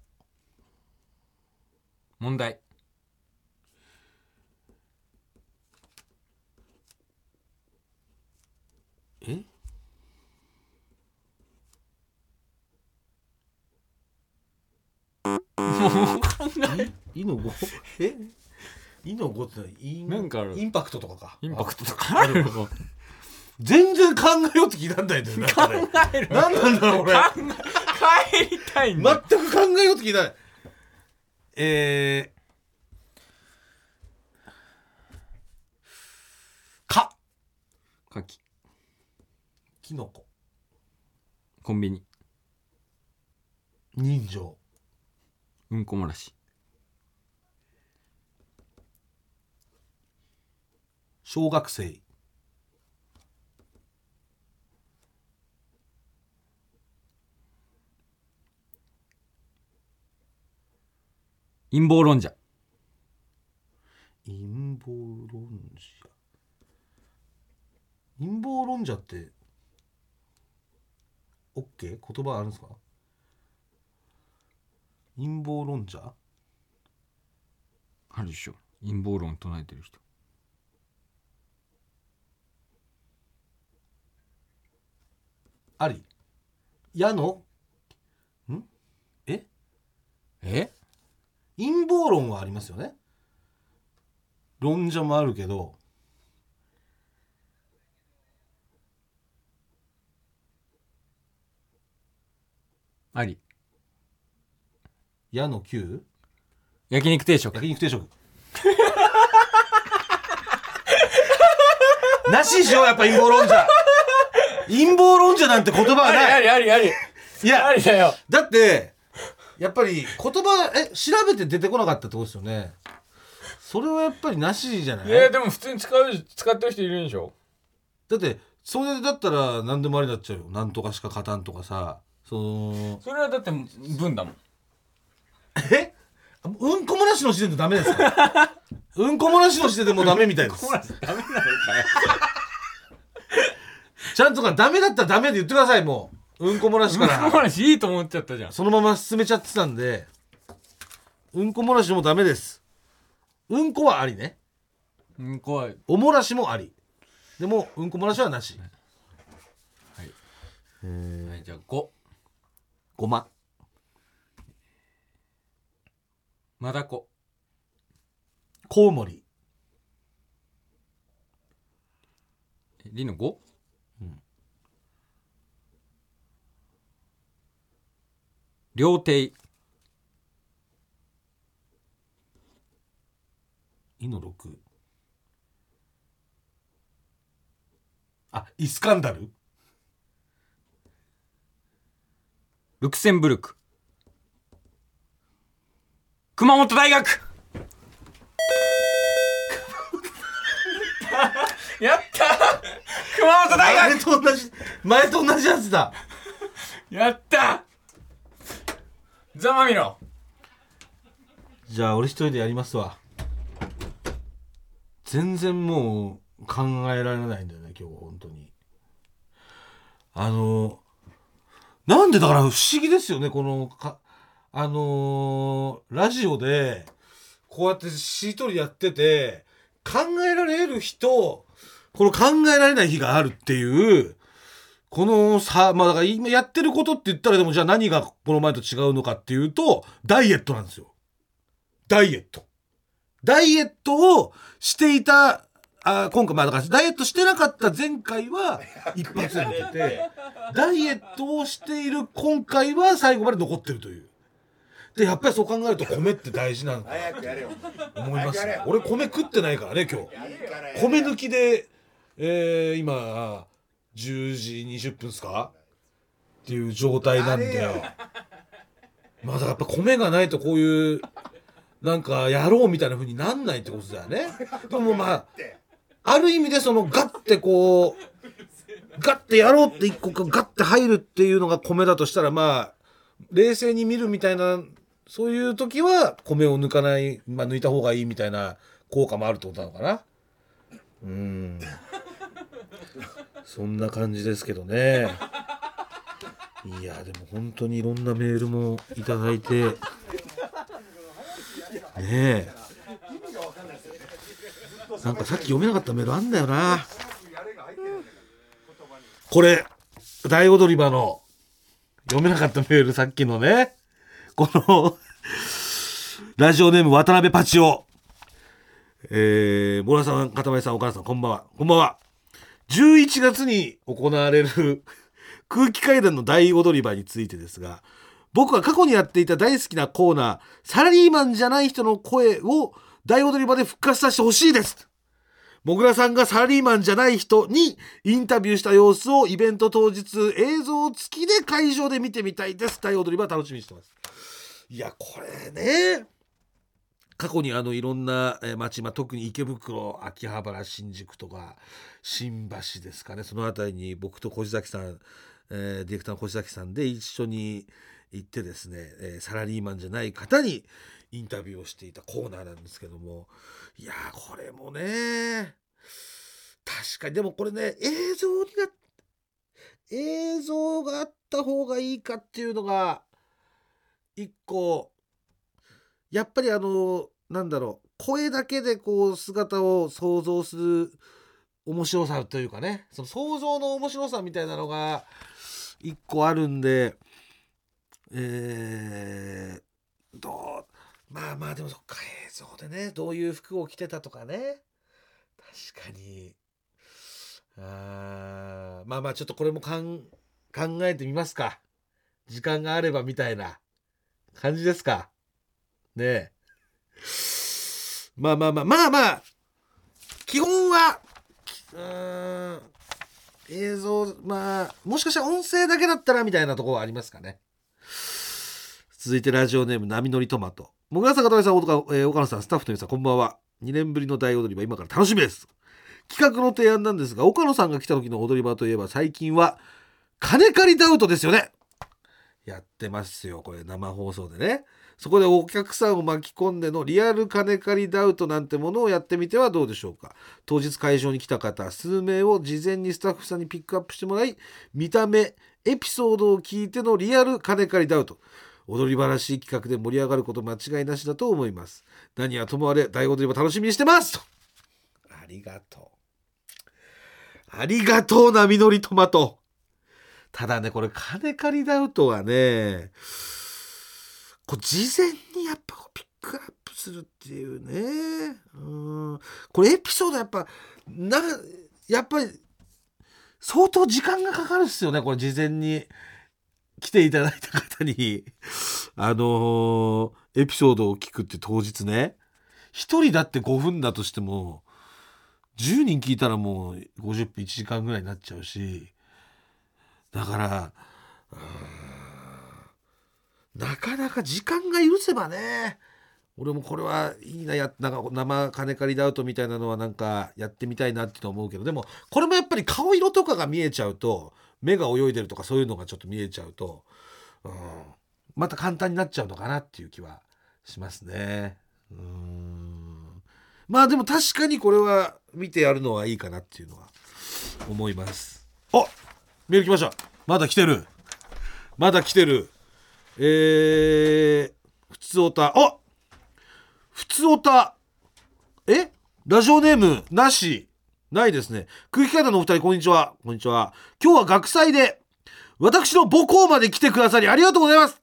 Speaker 1: 問題
Speaker 2: えいいの五えいの五ってのはイン
Speaker 1: なんかある
Speaker 2: インパクトとかか
Speaker 1: インパクトとかあるよ
Speaker 2: 全然考えようって聞いたんだよねなんかね
Speaker 1: える
Speaker 2: 何なんだろう俺
Speaker 1: 帰りたいんだ、
Speaker 2: 全く考えようって聞いたないえー、か
Speaker 1: かき
Speaker 2: きのこ
Speaker 1: コンビニ
Speaker 2: 人情
Speaker 1: うんこ漏らし
Speaker 2: 小学生
Speaker 1: 陰謀論者
Speaker 2: 陰謀論者陰謀論者ってオッケー言葉あるんですか陰謀論者
Speaker 1: あるでしょ陰謀論唱えてる人
Speaker 2: あり矢のんえ
Speaker 1: え
Speaker 2: 陰謀論はありますよね論者もあるけど
Speaker 1: あり
Speaker 2: 矢の 9?
Speaker 1: 焼肉定食
Speaker 2: 焼肉定食 (laughs) なしでしょやっぱ陰謀論者陰謀論者なんて言葉はない
Speaker 1: りありあり
Speaker 2: いや
Speaker 1: りだよ
Speaker 2: だってやっぱり言葉え調べて出てこなかったってことですよねそれはやっぱりなしじゃない
Speaker 1: いやでも普通に使う使ってる人いるんでしょ
Speaker 2: だってそれだったら何でもありになっちゃうよなんとかしか勝たんとかさその
Speaker 1: それはだって文 (laughs) だもん
Speaker 2: えうんこ漏らしの時点でダメですかうんこ漏らしの時点でもうダメみたいです
Speaker 1: ダメなの
Speaker 2: ちゃんとかダメだったらダメで言ってくださいもううんこ漏らしか
Speaker 1: うんこ漏
Speaker 2: ら
Speaker 1: らしいいと思っちゃったじゃん
Speaker 2: そのまま進めちゃってたんでうんこ漏らしもダメですうんこはありね
Speaker 1: うん怖い
Speaker 2: お漏らしもありでもうんこ漏らしはなし
Speaker 1: はい、じゃあ5。
Speaker 2: ごま
Speaker 1: マダコ。
Speaker 2: コウモリ
Speaker 1: リの 5? 料亭。
Speaker 2: イの6あイスカンダル
Speaker 1: ルクセンブルク。熊本
Speaker 5: (laughs)
Speaker 1: 大学やった熊本大学
Speaker 2: 前と同じ前と同じやつだ
Speaker 1: やったざまみろ
Speaker 2: じゃあ俺一人でやりますわ全然もう考えられないんだよね今日本当にあのなんでだから不思議ですよねこのかあのーラジオでこうやってしりとりやってて考えられる日とこの考えられない日があるっていうこのさまあだから今やってることって言ったらでもじゃあ何がこの前と違うのかっていうとダイエットなんですよ。ダイエット。ダイエットをしていた、あ今回、まあだからダイエットしてなかった前回は一発で抜けて、ダイエットをしている今回は最後まで残ってるという。で、やっぱりそう考えると米って大事なのか
Speaker 3: 早くやれよ。
Speaker 2: と思いますね。俺米食ってないからね、今日。米抜きで、えー、今、10時20分ですかっていう状態なん
Speaker 3: やれ
Speaker 2: で
Speaker 3: よ。
Speaker 2: まあだからやっぱ米がないとこういう、なんかやろうみたいな風になんないってことだよね。でもまあ、ある意味でそのガッてこう、ガッてやろうって一個こうガッて入るっていうのが米だとしたらまあ、冷静に見るみたいな、そういう時は米を抜かない、まあ抜いた方がいいみたいな効果もあるってことなのかな。うーん。そんな感じですけどね。いや、でも本当にいろんなメールもいただいて。ねえ。なんかさっき読めなかったメールあんだよな。これ、大踊り場の読めなかったメールさっきのね、この、ラジオネーム渡辺パチオ。えー、モラさん、かたまりさん、お母さん、こんばんは。こんばんは。11月に行われる (laughs) 空気階段の大踊り場についてですが僕は過去にやっていた大好きなコーナーサラリーマンじゃない人の声を大踊り場で復活させてほしいですもぐらさんがサラリーマンじゃない人にインタビューした様子をイベント当日映像付きで会場で見てみたいです大踊り場楽しみにしてますいやこれね過去にあのいろんなえー町、まあ、特に池袋秋葉原新宿とか新橋ですかねその辺りに僕と小路崎さん、えーディレクターの小路崎さんで一緒に行ってですね、えーサラリーマンじゃない方にインタビューをしていたコーナーなんですけどもいやーこれもね確かにでもこれね映像にな映像があった方がいいかっていうのが一個やっぱりあのなんだろう声だけでこう姿を想像する面白さというかねその想像の面白さみたいなのが一個あるんでえー、どうまあまあでもそっか映像でねどういう服を着てたとかね確かにあーまあまあちょっとこれもかん考えてみますか時間があればみたいな感じですかねえまあまあまあまあまあ基本はうーん映像まあもしかしたら音声だけだったらみたいなところはありますかね続いてラジオネーム波乗りトマトもぐらさんかたまりさん大岡,、えー岡野さんスタッフの皆さんこんばんは2年ぶりの大踊り場今から楽しみです企画の提案なんですが岡野さんが来た時の踊り場といえば最近は金借りダウトですよねやってますよこれ生放送でねそこでお客さんを巻き込んでのリアル金借りダウトなんてものをやってみてはどうでしょうか当日会場に来た方数名を事前にスタッフさんにピックアップしてもらい見た目エピソードを聞いてのリアル金借りダウト踊り話企画で盛り上がること間違いなしだと思います何はともあれ大踊り場楽しみにしてますとありがとうありがとうなみのりトマト。ただね、これ金借りダウトはね、こう事前にやっぱこうピックアップするっていうね。うん。これエピソードやっぱ、な、やっぱり相当時間がかかるっすよね、これ事前に来ていただいた方に、あのーエピソードを聞くって当日ね。一人だって5分だとしても、10人聞いたらもう50分1時間ぐらいになっちゃうしだからうーんなかなか時間が許せばね俺もこれはいいなやなんか生金借りダウトみたいなのはなんかやってみたいなって思うけどでもこれもやっぱり顔色とかが見えちゃうと目が泳いでるとかそういうのがちょっと見えちゃうと、うん、また簡単になっちゃうのかなっていう気はしますね。うーんまあでも確かにこれは見てやるのはいいかなっていうのは思います。あメール来ました。まだ来てる。まだ来てる。えー、ふつおた。あふつおた。えラジオネームなし。ないですね。空気階段のお二人、こんにちは。こんにちは。今日は学祭で、私の母校まで来てくださりありがとうございます。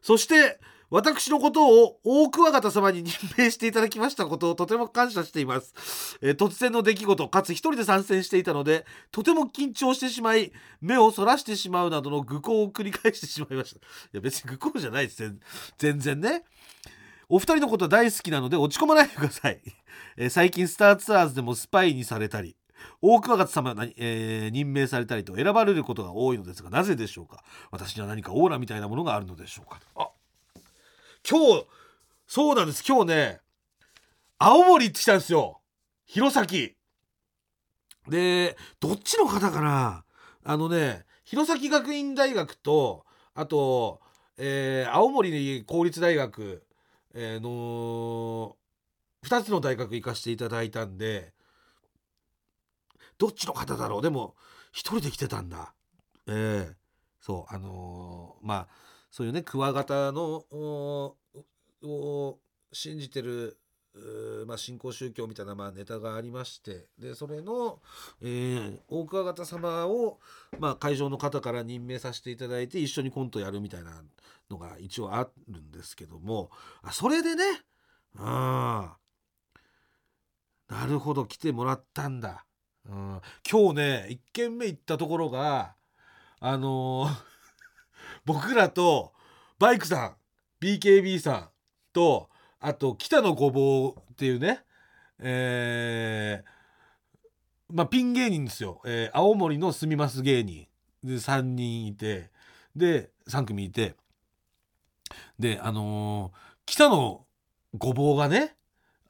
Speaker 2: そして、私のことを大桑方様に任命していただきましたことをとても感謝しています。えー突然の出来事、かつ一人で参戦していたので、とても緊張してしまい、目をそらしてしまうなどの愚行を繰り返してしまいました。いや、別に愚行じゃないです。全全然ね。お二人のことは大好きなので落ち込まないでください。 (laughs) えー最近スターツアーズでもスパイにされたり、大桑方様に、えー任命されたりと選ばれることが多いのですが、なぜでしょうか私には何かオーラみたいなものがあるのでしょうかあ今日、そうなんです。今日ね、青森行ってきたんですよ。弘前。で、どっちの方かなあのね、弘前学院大学と、あと、えー青森公立大学、えーの2つの大学行かせていただいたんで、どっちの方だろうでも、一人で来てたんだ。えーそう、あのーまあ、そういうねクワガタのおーを信じてる、うーまあ、信仰宗教みたいな、まあ、ネタがありましてでそれの、えー大クワガタ様を、まあ、会場の方から任命させていただいて一緒にコントやるみたいなのが一応あるんですけどもあそれでねあーなるほど来てもらったんだ。うん、今日ね1軒目行ったところがあのー (laughs) 僕らとバイクさん BKB さんとあと北野ごぼうっていうねえーまあピン芸人ですよ、えー青森の住みます芸人で3人いてで3組いてであのー北野ごぼうがね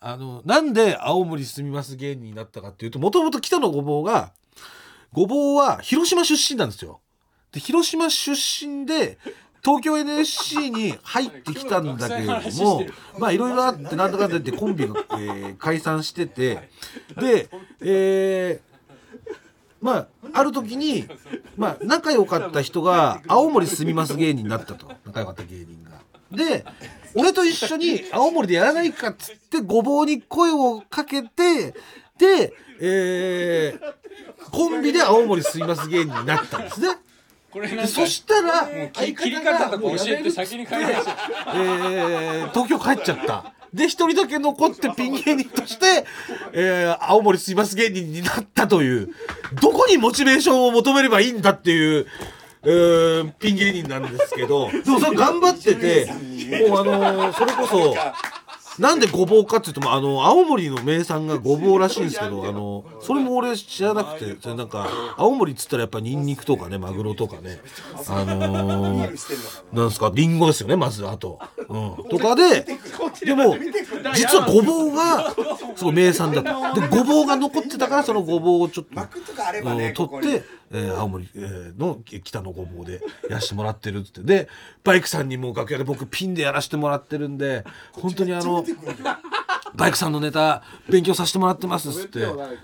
Speaker 2: あのなんで青森住みます芸人になったかっていうともともと北野ごぼうがごぼうは広島出身なんですよ。で広島出身で東京 NSC に入ってきたんだけれども (laughs) まあいろいろあってなんだかんだ言ってコンビが、えー解散しててでえーまあ、ある時に、まあ、仲良かった人が青森住みます芸人になったと仲良かった芸人が。で俺と一緒に青森でやらないかっつってごぼうに声をかけてで、えーコンビで青森住みます芸人になったんですね。
Speaker 5: これな
Speaker 2: で
Speaker 5: ん
Speaker 2: そ
Speaker 5: か
Speaker 2: したら
Speaker 5: 切切り方とか教えて先に帰りましょう
Speaker 2: えー東京帰っちゃった。で、一人だけ残ってピン芸人として、えー青森すいます芸人になったという、どこにモチベーションを求めればいいんだっていう、えーピン芸人なんですけど、でもそれ頑張ってて、もうあのーそれこそ、なんでごぼうかっていうと、まあ、あの、青森の名産がごぼうらしいんですけど、あの、それも俺知らなくて、それなんか、青森っつったらやっぱニンニクとかね、マグロとかね、あのー、なんですか、リンゴですよね、まず、あと。うん。とかで、でも、実はごぼうが、すごい名産だと。で、ごぼうが残ってたから、そのごぼうをちょっと、うん取って、えー青森えーの北のごぼうでやらせてもらってるって言って。で、バイクさんにも楽屋で僕ピンでやらせてもらってるんで、本当にあの、バイクさんのネタ勉強させてもらってますっつって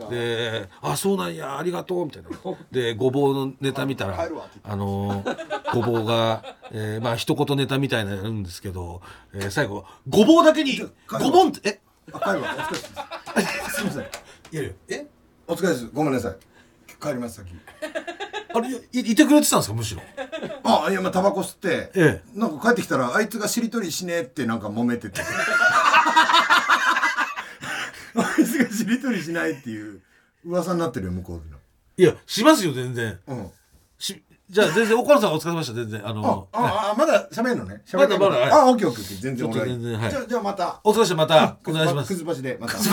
Speaker 2: で「あそうなんやありがとう」みたいなでごぼうのネタ見たらあのーごぼうが、えーまあ一言ネタみたいなのやるんですけど、えー最後ごぼうだけにごぼんって (laughs) え
Speaker 3: あ帰るわお疲れ様です。すみません。いやいや。えお疲れです。ごめんなさい。
Speaker 6: 帰ります先
Speaker 2: あれいいてくれてたんですかむしろ
Speaker 6: あいやまあタバコ吸って、
Speaker 2: え
Speaker 6: なんか帰ってきたらあいつがしりとりしねえってなんか揉めててあいつがしりとりしないっていう噂になってるよ向こうでの
Speaker 2: いやしますよ全然
Speaker 6: うん
Speaker 2: しじゃあ全然岡野さんお疲れ様でした全然あ
Speaker 6: あ
Speaker 2: の
Speaker 6: ああまだ喋るのね喋
Speaker 2: ま
Speaker 6: る
Speaker 2: だ
Speaker 6: の
Speaker 2: まだはい
Speaker 6: あオッケーオッケーオッケー全然
Speaker 2: ちょっ
Speaker 6: 俺
Speaker 2: と全然はい
Speaker 6: じゃあじゃあまた
Speaker 2: お疲れ様でしたまたお
Speaker 6: くずば
Speaker 2: 願いします
Speaker 6: くずばしでまたじ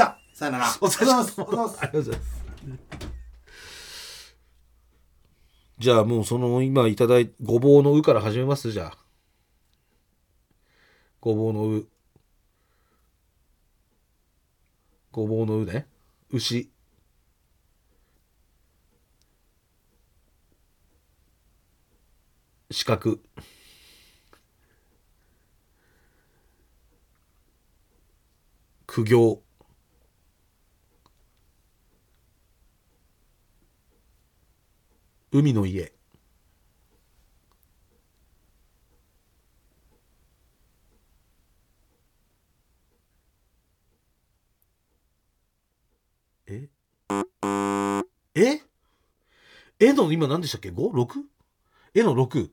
Speaker 6: ゃあさよなら
Speaker 2: お疲れ様です
Speaker 6: お疲れ様です
Speaker 2: ありがとうございます。 (laughs) じゃあもうその今いただいごぼうの「う」から始めますじゃあごぼうの「う」ごぼうの「う」ね牛四角苦行海の家ええ絵の今何でしたっけ 5?6? 絵の6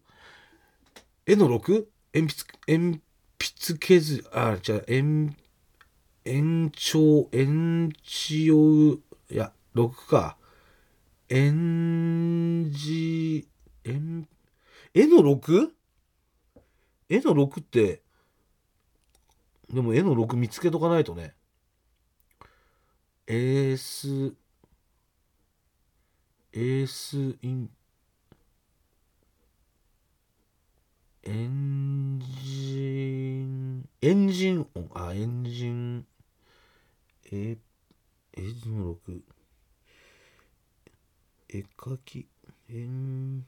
Speaker 2: 絵の 6? 鉛筆鉛筆削りあじゃあ円延長延長いや6かえんじ、えん、絵の 6? 絵の6って、でも絵の6見つけとかないとね。エース、エースイン、エンジン、エンジン音、あ、エンジン、え、エンジンの6。絵描き、えん、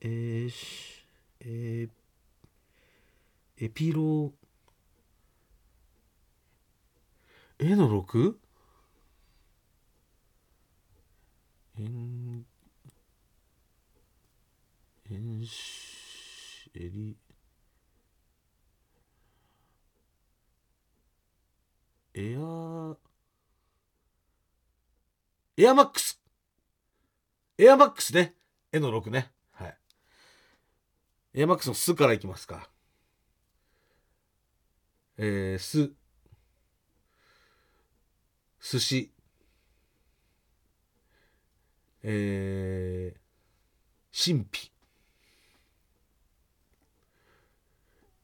Speaker 2: えーし、えー、エピロー、絵の 6? えん、えんし、えり、エアー、エアマックス。エアマックスね。絵の6ね。はい。エアマックスのすからいきますか。えー、す。寿司。えー、神秘。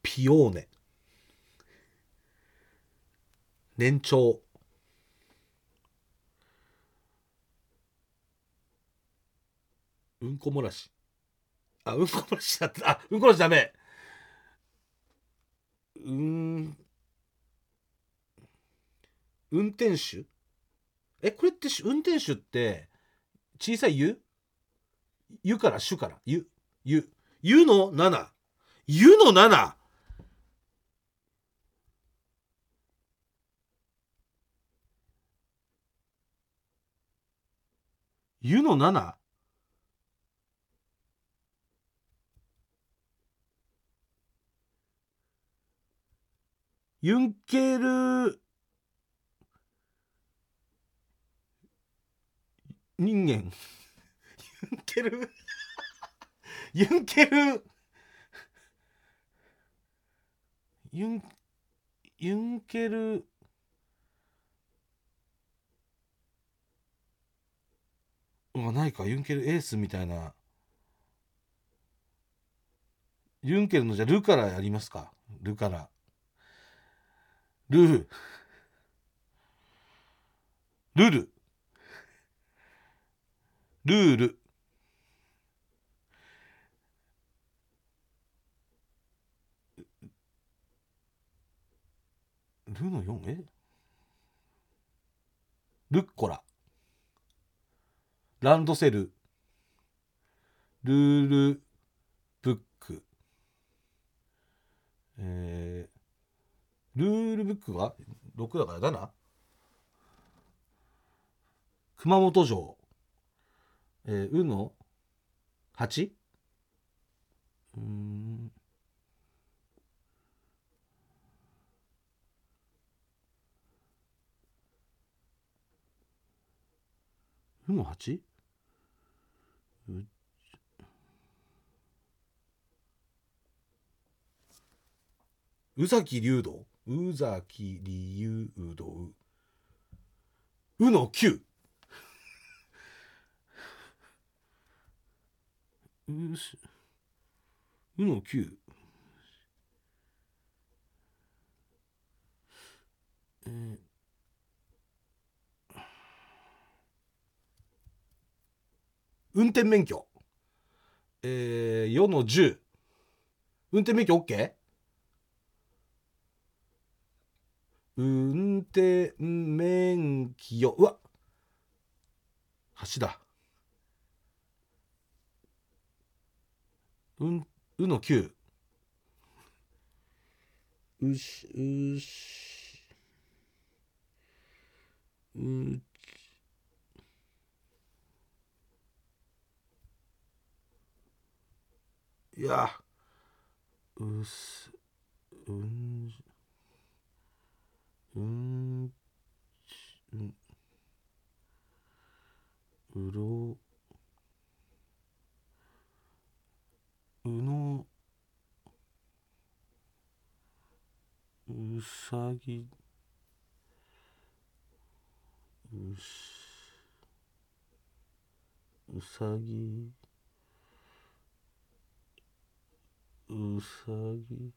Speaker 2: ピオーネ。年長。うんこ漏らし。あ、うんこ漏らしだった。あ、うんこ漏らしダメ。うーん。運転手え、これってし運転手って小さい湯湯から主から湯湯湯の7湯の 7! 湯の 7? ユンケル人間ユンケル (laughs) ユンケルユンユンケルうわないかユンケルエースみたいなユンケルのじゃあルからやりますかルから。ルー。ルル。ルール。ルの 4? えルッコラ。ランドセル。ルールブック。えー、ルールブックが6だから 7? 熊本城。えー、うの 8? うーん。も 8? う宇崎竜道宇崎竜道うの9うすうの9運転免許えー、4の10運転免許 OK? 運転免許うわ橋だうんうの9うしうしういやうすうんうんうんうろうのうさぎうしうさぎうさぎ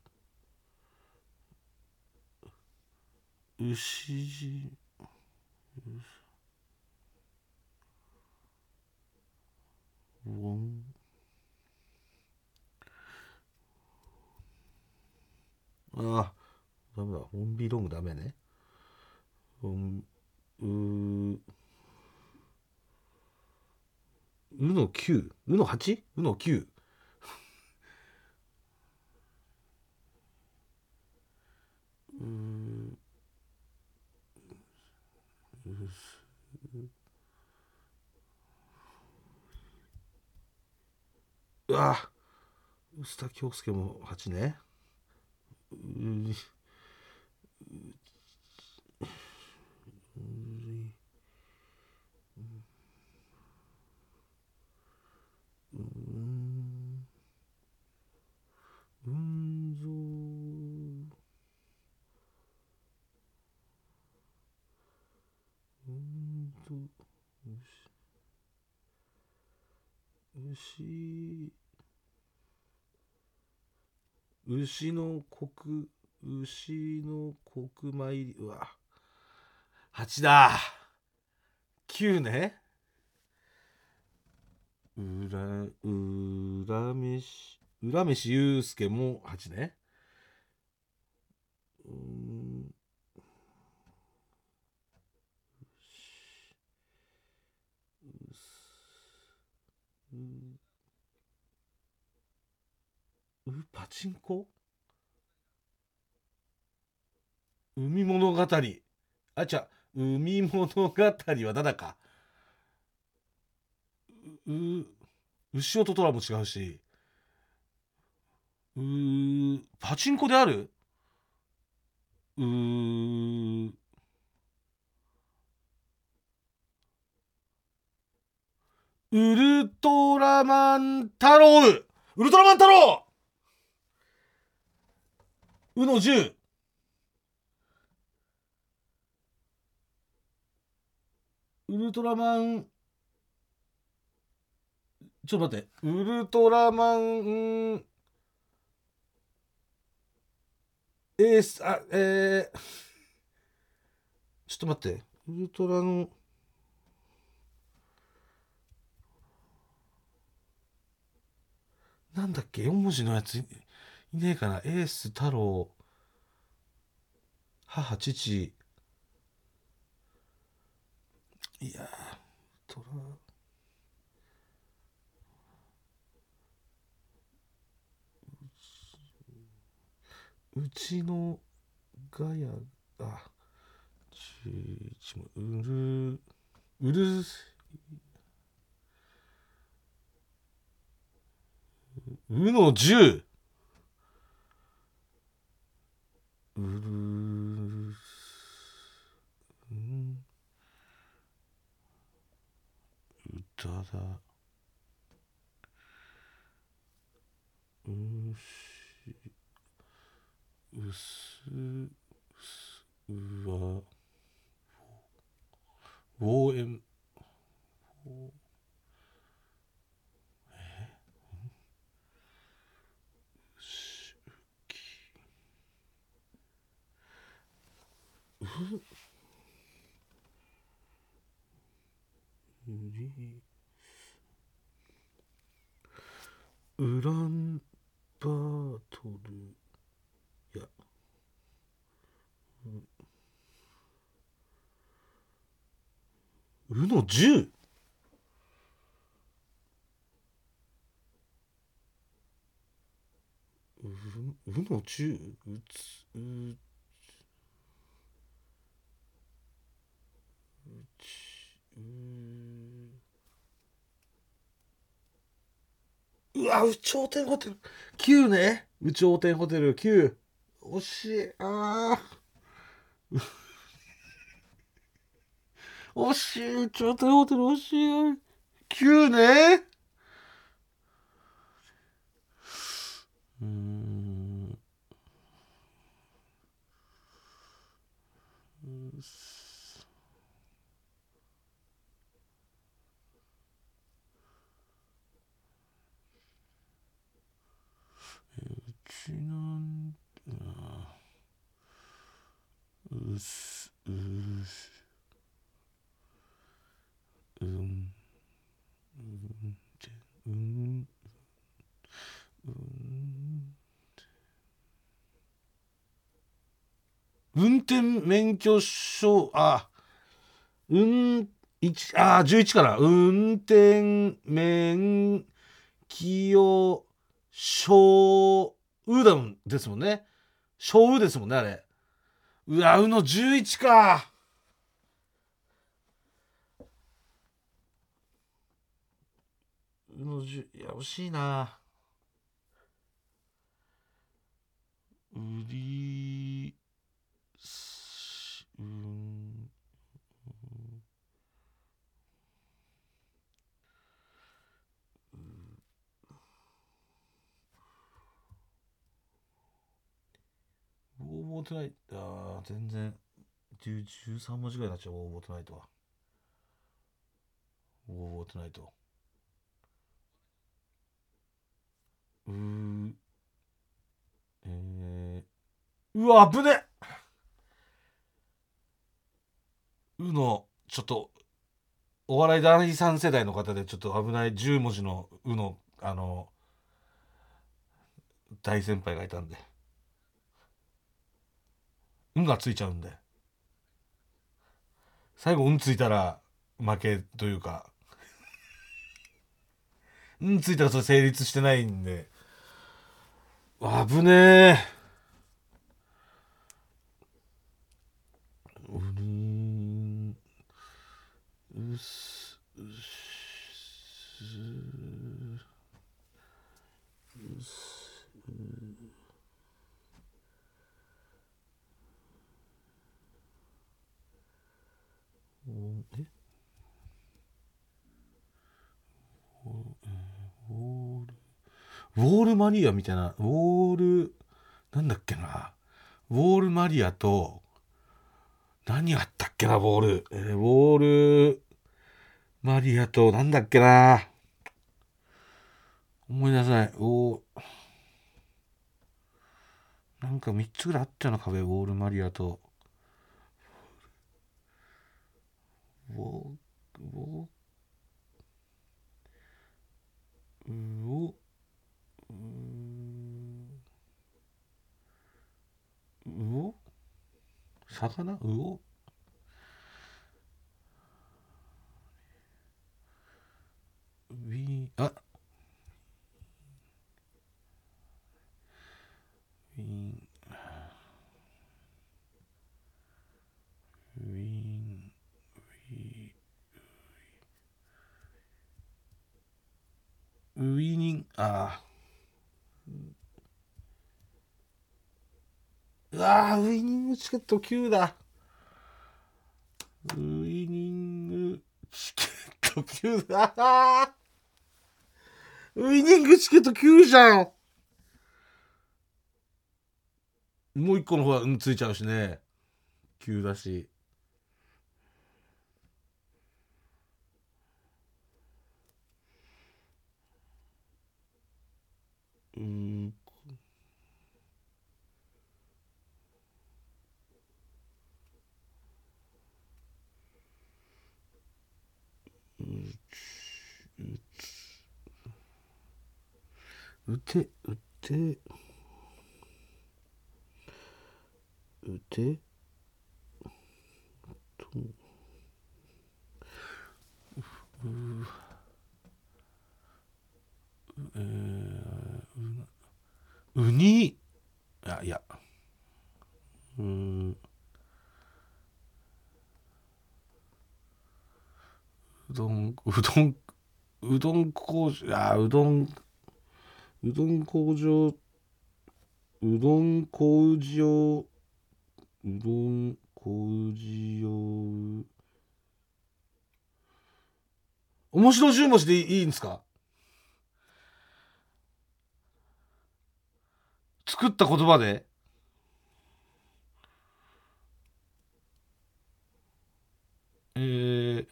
Speaker 2: 牛じうさわんあーダメだオンビロングダメねオンうーうの9うの 8? うの9うわ臼田恭介も8ねううううんぞうんぞ牛牛の国牛の国参りうわ8だ9ねうらうらめしうらめしゆうすけも8ねうーんうパチンコ海物語あちゃ海物語は7かうう牛音トラも違うしうーパチンコであるうーウルトラマン太郎ウルトラマン太郎うの十。ウルトラマン。ちょっと待って。ウルトラマン。エース、あ、えー、ちょっと待って。ウルトラの。なんだっけ ?4 文字のやつ。いねえかな。エース、太郎、母、父。いやー、トラ。うちのガヤあちちもうるうるうの10うるうんさうしうすうすわウォーエンウランバートルやううの10ううの10うつううちううわ、有頂天ホテル。9ね。有頂天ホテル9。惜しい。あー (laughs) 惜しい。有頂天ホテル惜しい。9ね。うーん。ちなんだうすうすうんうんてうんうんて運転免許証あうん一あ十一から運転免許小うだもんですもんね。小うですもんね、あれ。うわ、うの11か。うの10、いや、惜しいな。うり、し、うん。ウォーボートナイト、あー全然、10 13文字ぐらいになっちゃう、ウォーボートナイトは。ウォーボートナイト。うー、えー、うわ、危ねっうの、ちょっと、お笑い第三世代の方で、ちょっと危ない10文字のうの、あの、大先輩がいたんで。運がついちゃうんで最後運ついたら負けというか運ついたらそれ成立してないんで危ねえうるんうすうすうすおえおえーウォールウォールマリアみたいなウォールなんだっけなウォールマリアと何あったっけなウォール、えーウォールマリアとなんだっけな思い出せないおなんか3つぐらいあったような壁ウォールマリアと。ウォーウォーうおううお魚うおウィあウィンウィンウイニンあーうわーウイニングチケット9だウイニングチケッと9だ。あー (laughs) ウイニングチケット9じゃん。もう一個の方は、うん、ついちゃうしね。9だし。うーん。打て打て打てとううえーうなうにあいやうーんうどんうどんうどん工場あうどんうどん工場うどん工場うどん工場面白十文字でいいいいんですか作った言葉でえー、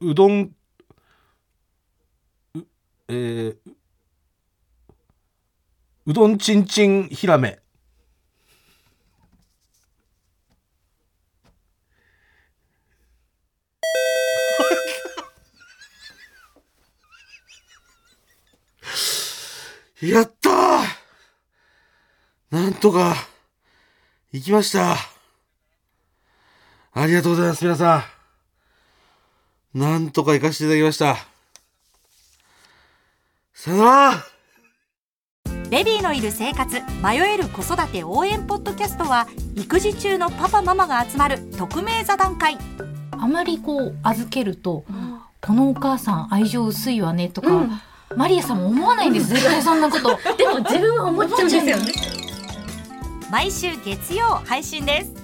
Speaker 2: うどんうえーううどんちんちんひらめやったーなんとか行きましたありがとうございます皆さんなんとか行かせていただきました。さよなら
Speaker 7: ベビーのいる生活迷える子育て応援ポッドキャストは育児中のパパママが集まる匿名座談会
Speaker 8: あまりこう預けると、このお母さん愛情薄いわねとか、マリアさんも思わないんです絶対そんなこと (laughs) でも自分は思っちゃうんですよね
Speaker 7: 毎週月曜配信です